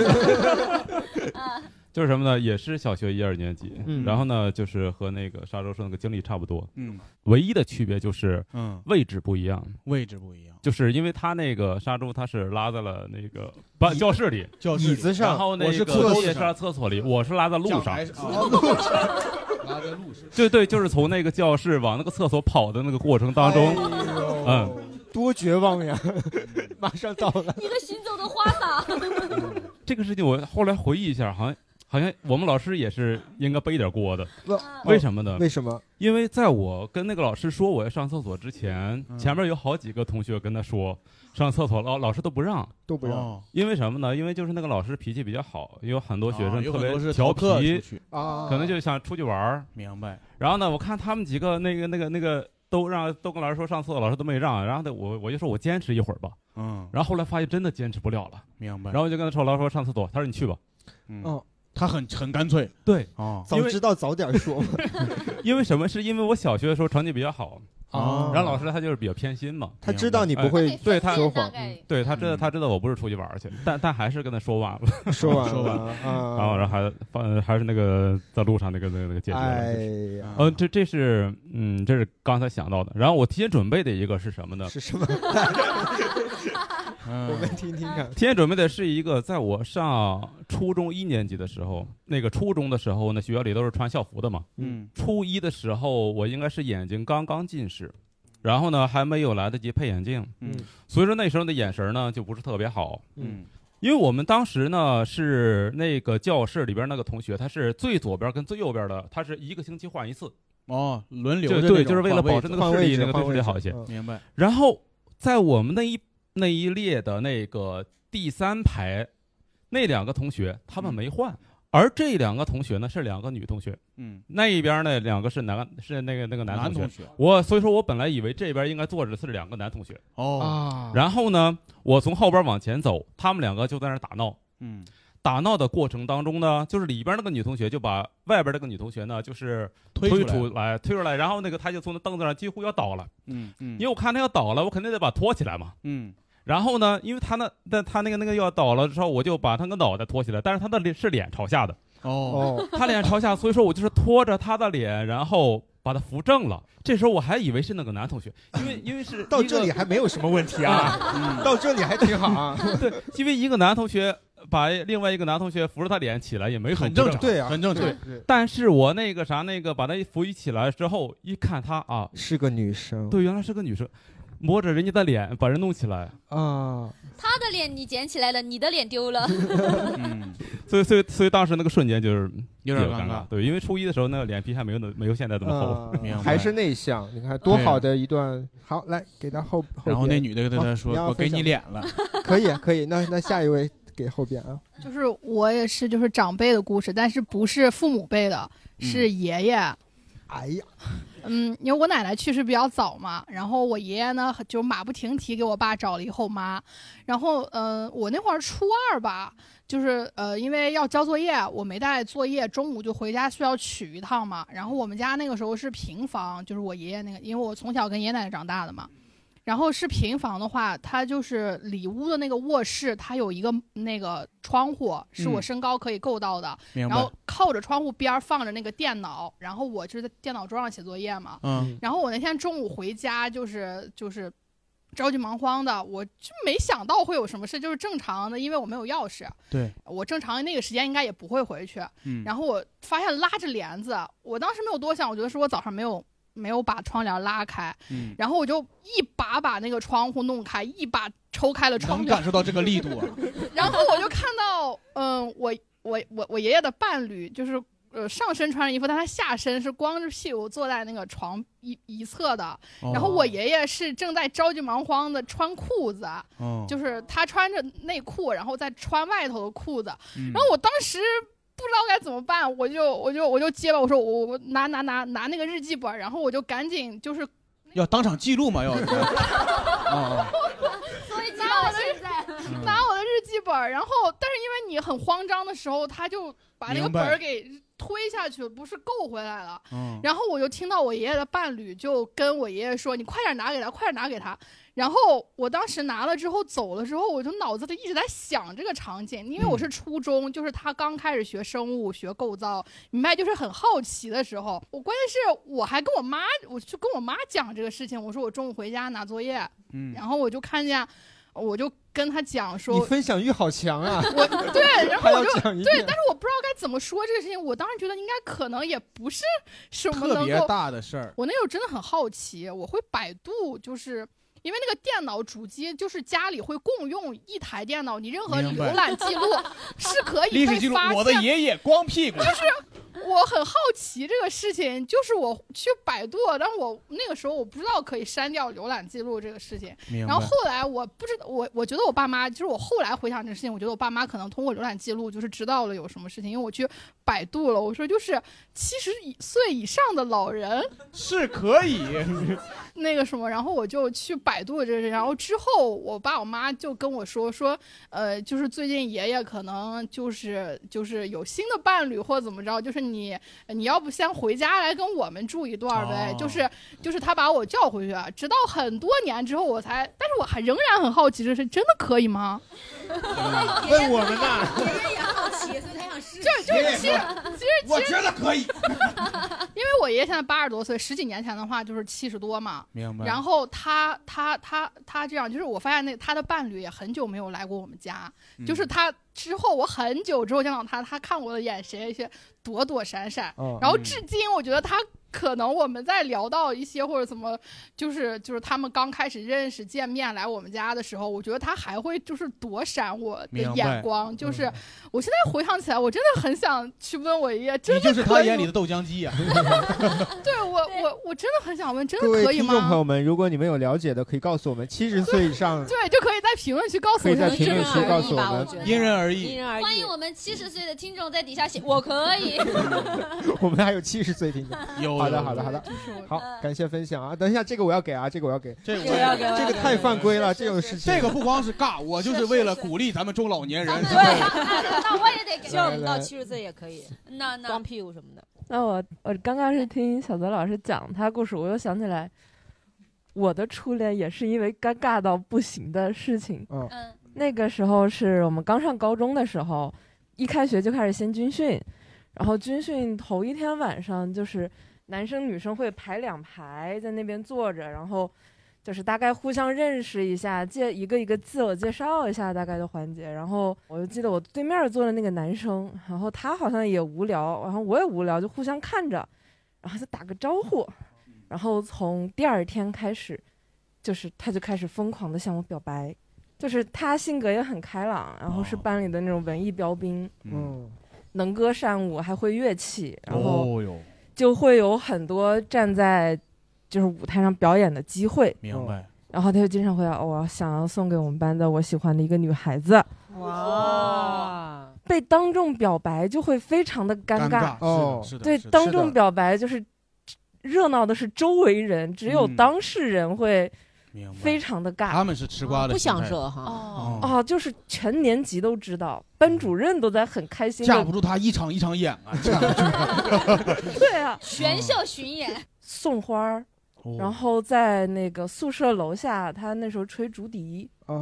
好就是什么呢？也是小学一二年级，嗯然后呢，就是和那个沙洲说那个经历差不多，嗯，唯一的区别就是，嗯，位置不一样，位置不一样，就是因为他那个沙洲他是拉在了那个班教室里，教室里椅子上然后那我是个裤兜子基业是上拉厕所里，我是拉在路上，拉在路啊哦上， (laughs) 对对，就是从那个教室往那个厕所跑的那个过程当中，哎嗯，多绝望呀！马上到了， (laughs) 一个行走的花 (laughs) 洒。这个事情我后来回忆一下，好像好像我们老师也是应该背点锅的那，为什么呢？为什么？因为在我跟那个老师说我要上厕所之前，嗯前面有好几个同学跟他说上厕所，老老师都不让，都不让哦因为什么呢？因为就是那个老师脾气比较好，有很多学啊生有特很多别是调逃课皮出去，嗯啊可能就想出去玩儿。明白。然后呢，我看他们几个那个那个那个都让都跟老师说上厕所，老师都没让，啊然后呢，我我就说我坚持一会儿吧。嗯，然后后来发现真的坚持不了了，明白嗯然后我就跟他说，老师说上厕所，他说你去吧。哦，他很很干脆，对，哦早知道早点 (laughs) 说嘛。因为什么？是因为我小学的时候成绩比较好，哦然后老师他就是比较偏心嘛，他知道你不哎会对他说谎嗯对他知道他知道我不是出去玩儿去，但但还是跟他说完了，说完了说完啊 (laughs) 呃然后然后还放还是那个在路上那个那个那个解决哎了，呀嗯，呃这这是嗯这是刚才想到的，然后我提前准备的一个是什么呢？是什么？嗯 (laughs) 嗯 (laughs) 我们听听嗯看。提前准备的是一个，在我上初中一年级的时候，那个初中的时候呢，学校里都是穿校服的嘛。嗯，初一的时候，我应该是眼睛刚刚近视，然后呢还没有来得及配眼镜，嗯，所以说那时候的眼神呢就不是特别好，嗯，因为我们当时呢是那个教室里边那个同学，他是最左边跟最右边的，他是一个星期换一次，哦，轮流就着那种对，就是为了换位保置证那换个视位力，置那个换对视位置力好一些嗯。明白。然后在我们那一那一列的那个第三排那两个同学，他们没换，而这两个同学呢是两个女同学。嗯，那一边呢两个是男，是那个那个男男同同学我所以说我本来以为这边应该坐着的是两个男同学。哦啊然后呢，我从后边往前走，他们两个就在那儿打闹。嗯，打闹的过程当中呢，就是里边那个女同学就把外边那个女同学呢，就是推出出来来，推出来，然后那个她就从那凳子上几乎要倒了，嗯嗯因为我看她要倒了，我肯定得把她拖起来嘛，嗯，然后呢，因为她那那她那个那个要倒了之后，我就把她那个脑袋拖起来，但是她的脸是脸朝下的， (laughs) 哦她脸朝下，所以说我就是拖着她的脸，然后把她扶正了，这时候我还以为是那个男同学，因为因为是到一个嗯这里还没有什么问题啊， (laughs) 到这里还挺好啊。 (laughs) 对，因为一个男同学把另外一个男同学扶着他脸起来，也没很什么正常对啊很正常对对。但是我那个啥那个把他扶一起来之后，一看他啊，是个女生，对，原来是个女生，摸着人家的脸把人弄起来啊。他的脸你捡起来了，你的脸丢 (laughs) 了。所以所以所以当时那个瞬间就是有点比较尴尴尬对，因为初一的时候那个脸皮还没有那没 (laughs) 有现在这么啊厚，还是内向，你看多好的一段。好，来给他后后边。然后那女的跟他好说你要我给分享你脸了可以可以，那那下一位给后边啊。就是我也是，就是长辈的故事，但是不是父母辈的，嗯是爷爷。哎呀，嗯，因为我奶奶去世比较早嘛，然后我爷爷呢就马不停蹄给我爸找了一后妈，然后嗯、呃我那会儿初二吧，就是呃，因为要交作业，我没带作业，中午就回家需要取一趟嘛。然后我们家那个时候是平房，就是我爷爷那个，因为我从小跟爷爷奶奶长大的嘛。然后是平房的话，它就是里屋的那个卧室，它有一个那个窗户，是我嗯身高可以够到的。明然白后靠着窗户边儿放着那个电脑，然后我就是在电脑桌上写作业嘛。嗯然后我那天中午回家，就是就是着急忙慌的，我就没想到会有什么事，就是正常的，因为我没有钥匙，对，我正常那个时间应该也不会回去。嗯然后我发现拉着帘子，我当时没有多想，我觉得是我早上没有没有把窗帘拉开，嗯然后我就一把把那个窗户弄开，一把抽开了窗能帘感，受到这个力度啊！ (laughs) 然后我就看到，嗯，我我我我爷爷的伴侣就是。呃，上身穿着衣服，但他下身是光着屁股坐在那个床一一侧的。然后哦我爷爷是正在着急忙慌的穿裤子，哦就是他穿着内裤，然后再穿外头的裤子。嗯然后我当时不知道该怎么办，我就我就我就结巴，我说我我拿拿拿拿那个日记本，然后我就赶紧就是 (laughs) 要当场记录嘛，要。哦所以拿我的日嗯拿我的日记本儿，然后但是因为你很慌张的时候，他就把那个明本白儿给推下去，不是够回来了。嗯然后我就听到我爷爷的伴侣就跟我爷爷说：“你快点拿给他，快点拿给他。”然后我当时拿了之后走了之后，我就脑子里一直在想这个场景，因为嗯我是初中，就是他刚开始学生物学构造，明白就是很好奇的时候。我关键是我还跟我妈，我就跟我妈讲这个事情，我说我中午回家拿作业，嗯然后我就看见，我就跟他讲说，你分享欲好 (laughs) 强啊！ (laughs) 我 (laughs) 对，然后我就还要讲一对，遍但是我不知道该怎么说这个事情。我当时觉得应该可能也不是什么特能别够大的事儿我那时候真的很好奇，我会百度，就是因为那个电脑主机就是家里会共用一台电脑，你任何明白浏览记录是可以历被史记录发，现。我的爷爷光屁股，就是我很好奇这个事情，就是我去百度，但我那个时候我不知道可以删掉浏览记录这个事情。明然白后后来我不知道，我我觉得我爸妈，就是我后来回想这个事情，我觉得我爸妈可能通过浏览记录就是知道了有什么事情，因为我去百度了，我说就是七十岁以上的老人是可以。 (laughs) 哎 (laughs) 那个什么，然后我就去百度这个，然后之后我爸我妈就跟我说说，呃，就是最近爷爷可能就是就是有新的伴侣或怎么着，就是你你要不先回家来跟我们住一段儿呗，哦就是就是他把我叫回去，直到很多年之后我才，但是我还仍然很好奇，这是真的可以吗？嗯问我 (laughs) 们呐，也好奇，所以他想试这就爷爷是其实说其实我其实觉得可以。 (laughs) 因为我爷爷现在八十多岁，十几年前的话就是七十多嘛。明白然后他他他他这样，就是我发现那他的伴侣也很久没有来过我们家，嗯就是他之后我很久之后见到他，他看我的眼神有些躲躲闪闪，哦然后嗯至今我觉得他。可能我们在聊到一些或者怎么，就是就是他们刚开始认识见面来我们家的时候，我觉得他还会就是躲闪我的明白眼光，就是嗯我现在回想起来，我真的很想去问我爷爷，真你的就是可他以眼吗里的豆浆机呀、对我我我真的很想问，真的各位可以听众朋吗？友们，如果你们有了解的，可以告诉我们。七十岁以上， (laughs) 对，就可以在评论区告诉可我以一下。在评论区告诉吧我我觉们，得因人而异欢迎我们七十岁的听众在底下写，我可 (laughs) 以。我们还有七十岁听众。有好的，有好的，有好的就是我，好，嗯感谢分享啊！等一下，这个我要给啊，这个我要给，这个这要给我要这个给太犯规了，这种事情。这个不光是尬，我就是为了鼓励咱们中老年人。那我也得给。希望我们到来七十岁也可以，那那 (laughs) 光屁股什么的。那我我刚刚是听小泽老师讲他故事，我又想起来，我的初恋也是因为尴尬到不行的事情。嗯，那个时候是我们刚上高中的时候，一开学就开始先军训，然后军训头一天晚上就是男生女生会排两排在那边坐着，然后就是大概互相认识一下，介一个一个自我介绍一下大概的环节。然后我就记得我对面坐的那个男生，然后他好像也无聊，然后我也无聊，就互相看着，然后就打个招呼。嗯 (laughs) 然后从第二天开始，就是他就开始疯狂的向我表白，就是他性格也很开朗，然后是班里的那种文艺标兵，哦嗯，能歌善舞，还会乐器，然后哦哟就会有很多站在就是舞台上表演的机会。明白。然后他就经常会，哦我、想要送给我们班的我喜欢的一个女孩子，哇，被当众表白就会非常的尴尬尴是的哦，是的对是的，当是众的表白就是热闹的是周围人，只有嗯当事人会明白非常的尬。他们是吃瓜的，啊不享受哈哦、啊，就是全年级都知道，班主任都在很开嗯心架的不住他一场一场演啊，架不住。对啊，全校巡演，哦送花儿，然后在那个宿舍楼下，他那时候吹竹笛，啊，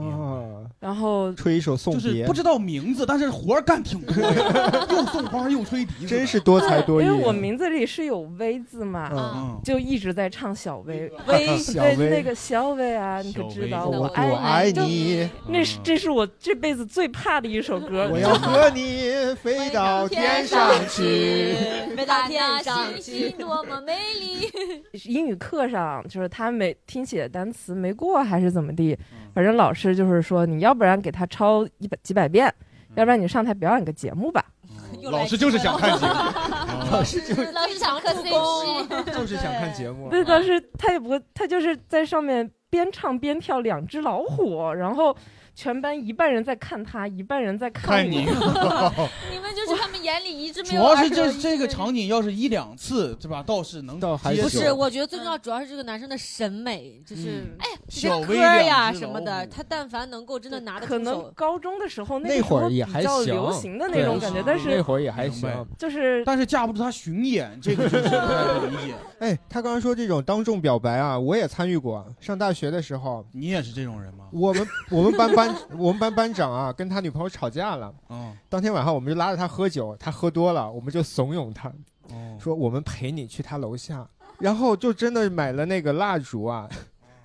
然后吹一 (laughs) 首送就别，是不知道名字，但是活儿干挺多的，又送花又吹笛子，真是多才多艺啊因为我名字里是有薇字嘛，嗯就一直在唱小薇，嗯薇 (laughs) 小薇对那个小薇啊，你可知道小薇我我爱你就你那是这是我这辈子最怕的一首歌。我要和你飞到天上去。嗯飞到天上去啊多么美丽！ (laughs) 英语课上，就是他没听写单词没过还是怎么地，嗯反正老师就是说，你要不然给他抄一百几百遍，要不然你上台表演个节目吧。嗯老师就是想看节 (laughs) 目，哦老师就老师想磕 CP，就是想看节目。嗯对，当时他也不，他就是在上面边唱边跳《两只老虎》，然后全班一半人在看他，一半人在看 (laughs) 看你我。你们就是他们眼里一直没主有要二是十多这一这个场景要是一两次，对吧？倒是能倒还不是，我觉得最重要主要是这个男生的审美，就是嗯哎呀，小这歌薇呀两只什么老的，虎他但凡能够真的拿得出可能手，高中的时候那个时会候儿比也还较行，流行的那对种感觉，但是那会儿也还行。就是，但是架不住他巡演，这个就是不太理解。哎，他刚刚说这种当众表白啊，我也参与过。上大学的时候，你也是这种人吗？我们我们班班我们班班长啊，跟他女朋友吵架了。嗯，当天晚上我们就拉着他喝酒，他喝多了，我们就怂恿他，哦说我们陪你去他楼下，然后就真的买了那个蜡烛啊，哦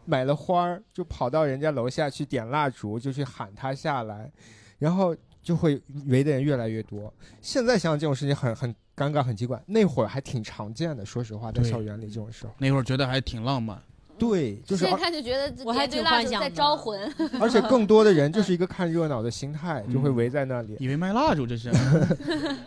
买了花儿，就跑到人家楼下去点蜡烛，就去喊他下来，然后就会围的人越来越多。现在想想这种事情很很尴尬，很奇怪，那会儿还挺常见的，说实话，在对校园里这种时候，那会儿觉得还挺浪漫。对，就是啊现在而看就觉得我还点对挺蜡幻烛想在的招魂， (laughs) (laughs) 而且更多的人就是一个看热闹的心态，就会围在那里。嗯以为卖蜡烛这是。 (laughs)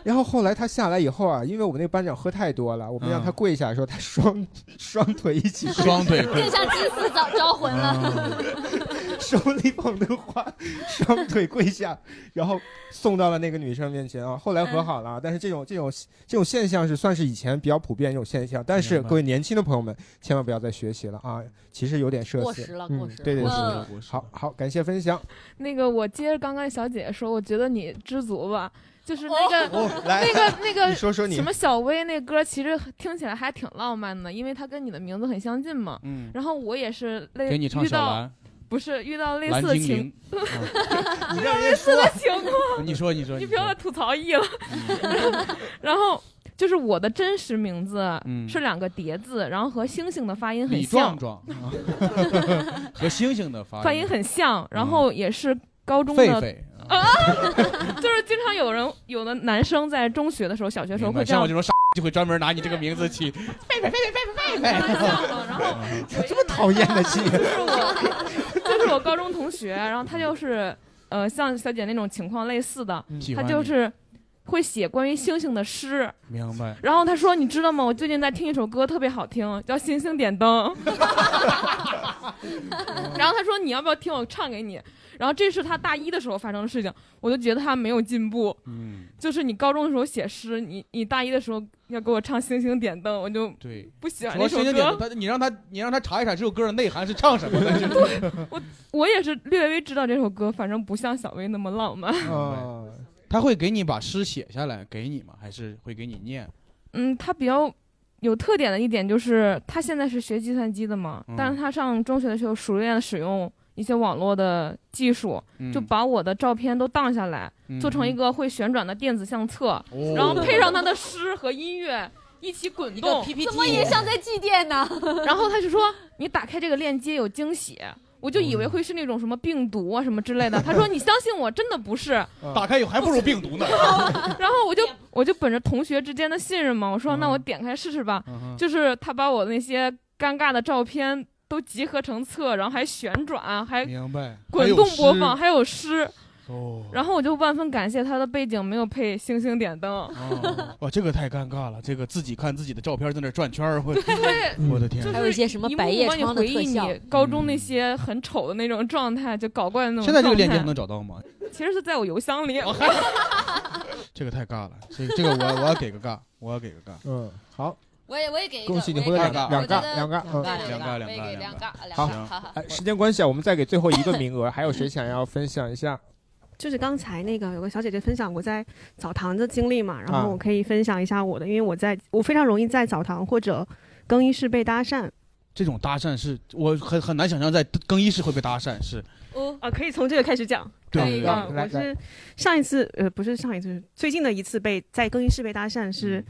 然后后来他下来以后啊，因为我们那个班长喝太多了，我们让他跪下的时候，他双 (laughs) 双腿一起跪，嗯双腿更像金丝招招魂了。嗯 (laughs) 手里捧着花，双腿跪下，然后送到了那个女生面前啊。后来嗯和好了啊，但是这种这种这种现象是算是以前比较普遍一种现象，但是明白各位年轻的朋友们千万不要再学习了啊，其实有点社死，过时了嗯过时了对对过时对了，好好感谢分享，那个，我接着刚刚小姐姐说，我觉得你知足吧，就是那个、哦哦来那个那个你说说你什么小薇那歌，其实听起来还挺浪漫的，因为它跟你的名字很相近嘛。嗯然后我也是类给你唱遇小到兰，不是遇到类蓝似的精灵情，你遇让到人类似的情况。你说你说 (laughs) 你你不要再吐槽 (laughs) 艺了。然后就是我的真实名字嗯是两个叠字，然后和星星的发音很李像壮。壮和星星的发发音很像，然后也是高中的狒狒啊， (laughs) 就是经常有人有的男生在中学的时候、小学时候明白会这像样我这种傻就会专门拿你这个名字起，狒狒狒狒狒狒狒，然后 (laughs) 这么讨厌的戏， (laughs) 就是我高中同学，然后他就是呃像小姐那种情况类似的嗯，喜他欢就你是会写关于星星的诗， (laughs) 明白？然后他说：“你知道吗？我最近在听一首歌，特别好听，叫《星星点灯》。然后他说：“你要不要听我唱给你？”然后这是他大一的时候发生的事情，我就觉得他没有进步。嗯，就是你高中的时候写诗，你你大一的时候要给我唱《星星点灯》，我就对，不喜欢主那要首星星点歌。他，你让他你让他查一查这首歌的内涵是唱什么 (laughs) 的，就是我也是略微知道这首歌，反正不像小薇那么浪漫。嗯啊， (laughs) 他会给你把诗写下来给你吗？还是会给你念？ (laughs) 嗯，他比较有特点的一点就是，他现在是学计算机的嘛，嗯但是他上中学的时候熟练的使用一些网络的技术，嗯就把我的照片都荡下来，做成一嗯个会旋转的电子相册，哦然后配上他的诗和音乐。一起滚一哦个动， PPT 怎么也像在祭 (laughs) 奠呢？然后他就说：“你打开这个链接有惊喜。”我就以为会是那种什么病毒啊什么之 (laughs) 类的。他说：“你相信我，真的不是。”打开以后还不如病毒呢。 (laughs) 然后我就我就本着同学之间的信任嘛，我说那我点开试试吧。嗯哼就是他把我那些尴尬的照片都集合成册，然后还旋转，还明白滚动播放，还有有诗。诗 (laughs) 哦，然后我就万分感谢他的背景没有配星星点灯。哇，这个太尴尬了，这个自己看自己的照片在那转圈儿，我 (laughs) 我的天就，是有一些什么幕幕百叶帮你窗的回特忆效你高中那些很丑的那种状态，就搞怪的那种。嗯现在这个链接还能？找到吗？哦其实是在我邮箱里。 (laughs) 这个太尬了，这个这个我我要给个尬，我要给个尬。嗯，好， (laughs) 我也我也给一个，恭喜你我也获得给一两个我两觉尬得两尬嗯对两尬我也给两两尬尬，两好尬，好好，哎时间关系啊，我们再给最后一个名额，还有谁想要分享一下？就是刚才那个有个小姐姐分享我在澡堂的经历嘛，然啊后我可以分享一下我的，因为我在我非常容易在澡堂或者更衣室被搭讪，这种搭讪是我很很难想象在更衣室会被搭讪，是哦啊，可以从这个开始讲。对可以来啊来我是上一次呃，不是上一次，最近的一次被在更衣室被搭讪嗯是，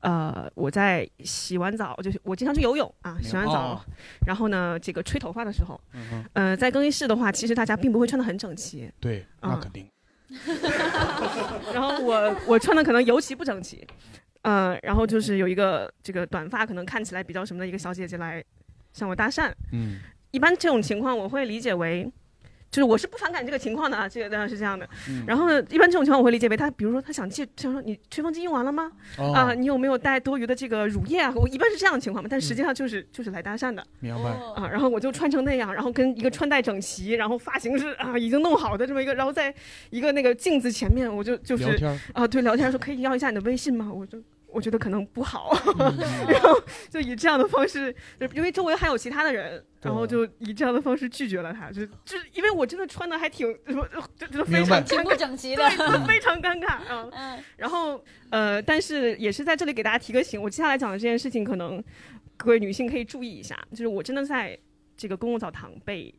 呃，我在洗完澡，就是我经常去游泳啊，明白洗完澡，哦然后呢，这个吹头发的时候，嗯哼呃，在更衣室的话，其实大家并不会穿的很整齐，对，啊那肯定。 (laughs) 然后我我穿的可能尤其不整齐，呃，然后就是有一个这个短发可能看起来比较什么的一个小姐姐来向我搭讪，嗯，一般这种情况我会理解为，就是我是不反感这个情况的啊，这个当然是这样的。嗯然后呢，一般这种情况我会理解为他，比如说他想借，想说你吹风机用完了吗？啊、哦你有没有带多余的这个乳液啊？我一般是这样的情况嘛，但嗯实际上就是、就是来搭讪的。明白哦哦啊，然后我就穿成那样，然后跟一个穿戴整齐，然后发型是啊已经弄好的这么一个，然后在一个那个镜子前面，我就就是聊天儿啊对聊天说可以要一下你的微信吗？我就。我觉得可能不好，嗯 (laughs) 然后就以这样的方式，就是因为周围还有其他的人，然后就以这样的方式拒绝了他，就就是因为我真的穿的还挺什么，就就非明常白尴尬挺不整齐的对，就非常尴尬啊。然后呃，但是也是在这里给大家提个醒，我接下来讲的这件事情，可能各位女性可以注意一下，就是我真的在这个公共澡堂被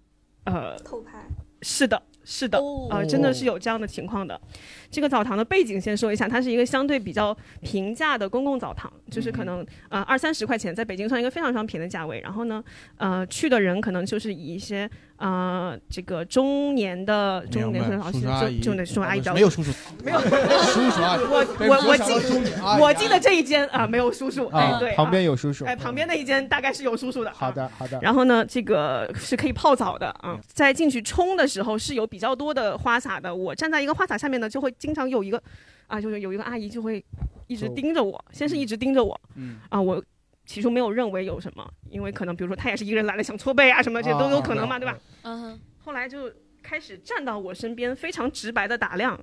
呃偷拍。是的，是的，呃，真的是有这样的情况的。这个澡堂的背景先说一下，它是一个相对比较平价的公共澡堂，就是嗯可能呃二三十块钱，在北京算一个非常非常便宜的价位。然后呢，呃，去的人可能就是以一些呃这个中年的中年明白的老师，叔叔阿姨就就那叔叔阿姨啊比较没有叔叔没有叔啊啊叔阿啊姨我对我我我想到中年阿记姨我记得这一间啊没有叔叔，哎哎啊对，旁边啊有叔叔哎旁边那一间大概是有叔叔的，啊好的，好的。然后呢，这个是可以泡澡的啊，在进去冲的时候是有比较多的花洒的。我站在一个花洒下面呢，就会经常有一个啊，就是有一个阿姨就会一直就盯着我，先是一直盯着我嗯啊，我起初没有认为有什么，因为可能比如说她也是一个人来了想搓背啊什么，这啊哦都啊有可能啊嘛，对吧？嗯，后来就开始站到我身边，非常直白的打量，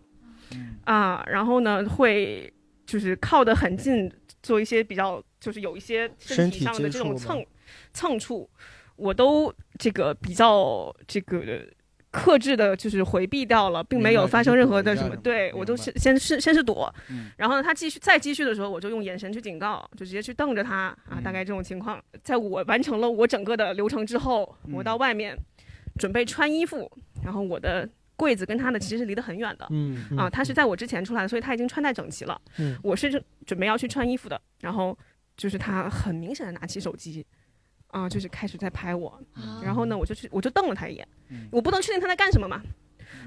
嗯啊，然后呢会就是靠得很近，做一些比较就是有一些身身体体上的接这触种吗蹭蹭触，我都这个比较这个克制的，就是回避掉了，并没有发生任何的什么，对我都先先是先是躲，嗯然后呢他继续再继续的时候，我就用眼神去警告，就直接去瞪着他啊，嗯大概这种情况。在我完成了我整个的流程之后，我嗯到外面准备穿衣服，然后我的。柜子跟他的其实离得很远的，嗯嗯啊，他是在我之前出来的，所以他已经穿戴整齐了。嗯我是准备要去穿衣服的，然后就是他很明显的拿起手机，啊，就是开始在拍我，啊然后呢，我就去我就瞪了他一眼，嗯我不能确定他在干什么嘛，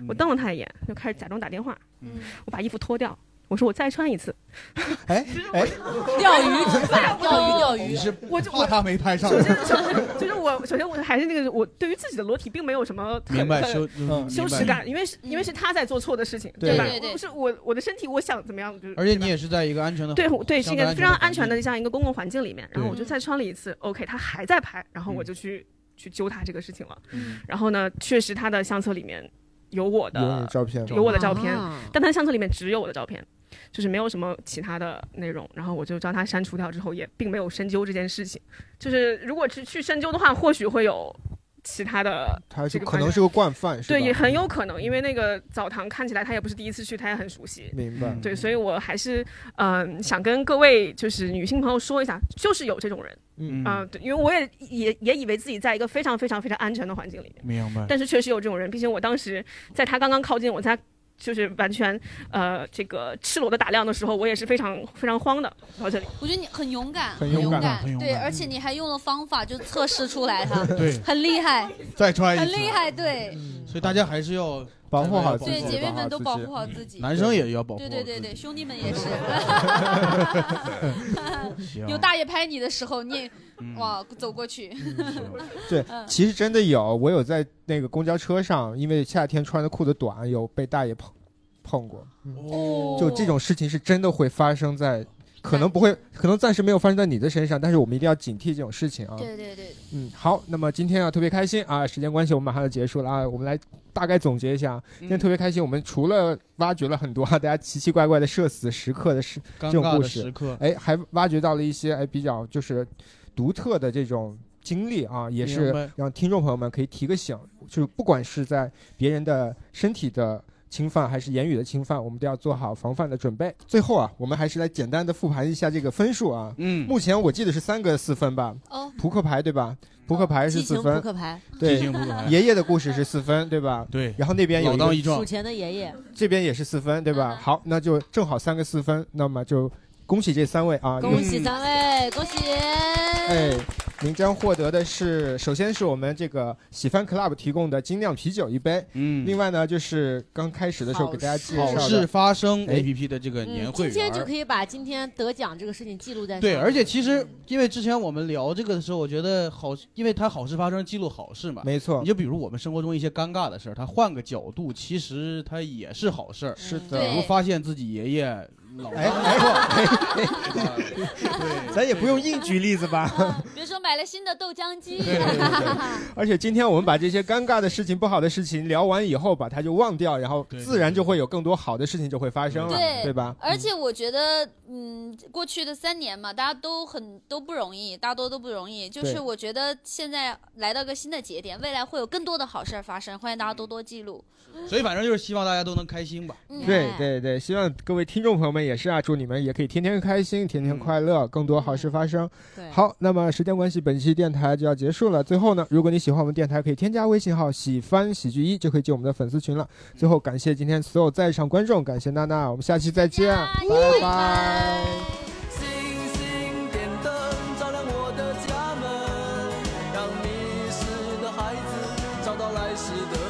我瞪了他一眼，就开始假装打电话，嗯我把衣服脱掉，我说我再穿一次， (laughs) 哎哎， (laughs) 钓鱼执法钓鱼钓鱼你是我就怕他没拍上首先就是就是我首先我还是那个我对于自己的裸体并没有什么很明白很羞嗯羞耻明白感，因为是因为是他在做错的事情，嗯对吧对对？对不是我我的身体我想怎么样就是，而且你也是在一个安全的对对，是相一对个非常安环全境的这样一个公共环境里面，然后我对嗯就再穿了一次，OK，他还在拍，然后我就去、去揪他这个事情了。嗯然后呢，确实他的相册里面有我有你的的照片有我的照片，啊但他的相册里面只有我的照片，就是没有什么其他的内容。然后我就将他删除掉之后，也并没有深究这件事情。就是如果去去深究的话，或许会有其他的他这是个可发能展是个惯犯，是吧嗯对，也很有可能，因为那个澡堂看起来他也不是第一次去，他也很熟悉。明白对，所以我还是嗯、想跟各位就是女性朋友说一下，就是有这种人。嗯啊、对，因为我也也也以为自己在一个非常非常非常安全的环境里面，明白但是确实有这种人，毕竟我当时在他刚刚靠近我，在他就是完全呃这个赤裸的打量的时候，我也是非常非常慌的到这里。我觉得你很勇敢，很勇勇敢很勇对，敢而且你还用了方法就测试出来 (laughs) 它，对很厉 (laughs) 害，再穿一次很厉害，对，所以大家还是要保护好自嗯对，姐妹们都保护好自己，男生也要保护对好对对对，兄弟们 (laughs) 也是， (laughs) 行有大爷拍你的时候，你也嗯哇走过去， (laughs) 对，嗯其实真的有，我有在那个公交车上，因为夏天穿的裤子短，有被大爷碰碰过。嗯哦就这种事情是真的会发生在，可能不会，可能暂时没有发生在你的身上，但是我们一定要警惕这种事情啊。对对对，嗯，好，那么今天啊特别开心啊，时间关系我们马上就结束了啊，我们来大概总结一下，啊嗯今天特别开心，我们除了挖掘了很多啊 (laughs) 大家奇奇怪怪的社死时刻的事尴这尬的种故事，时刻哎，还挖掘到了一些哎比较就是独特的这种。经历啊，也明是白让听众朋友们可以提个醒，就是不管是在别人的身体的侵犯还是言语的侵犯，我们都要做好防范的准备。最后啊，我们还是来简单的复盘一下这个分数啊。嗯，目前我记得是三个四分吧。哦扑克牌对吧？扑克牌是哦激情四分，扑克牌对，激情扑克牌爷爷的故事是四分，对吧？对，然后那边有老当益一个数钱的嗯爷爷，这边也是四分，对吧？好，那就正好三个四分，那么就恭喜这三位啊！恭喜三位，恭喜！哎，您将获得的是，首先是我们这个喜翻 Club 提供的精酿啤酒一杯，嗯，另外呢就是刚开始的时候给大家介绍好的事发生哎 APP 的这个年会今天员就儿可。以把今天得奖这个事情记录在上对，面而且其实因为之前我们聊这个的时候，我觉得好，因为它好事发生记录好事嘛，没错你就比如我们生活中一些尴尬的事儿，它换个角度，其实它也是好事儿。是比的对如发现自己爷爷老哎了哎咱也不用硬举例子吧。 (laughs) 比如说买了新的豆浆机，而且今天我们把这些尴尬的事情、不好的事情聊完以后，把它就忘掉，然后自然就会有更多好的事情就会发生了，对对吧？而且我觉得，嗯，过去的三年嘛，大家都很都不容易，大多都不容易。就是对我觉得现在来到一个新的节点，未来会有更多的好事儿发生，欢迎大家多多记录。 (laughs) 所以反正就是希望大家都能开心吧。对对对，希望各位听众朋友们也是啊，祝你们也可以天天开心，天天快乐，更多好事发生。好，那么时间关系，本期电台就要结束了。最后呢，如果你喜欢我们电台，可以添加微信号“喜翻喜剧一”，就可以进我们的粉丝群了。最后感谢今天所有在场观众，感谢娜娜，我们下期再见，拜拜。星星点灯，照亮我的家门，让迷失的孩子找到来时的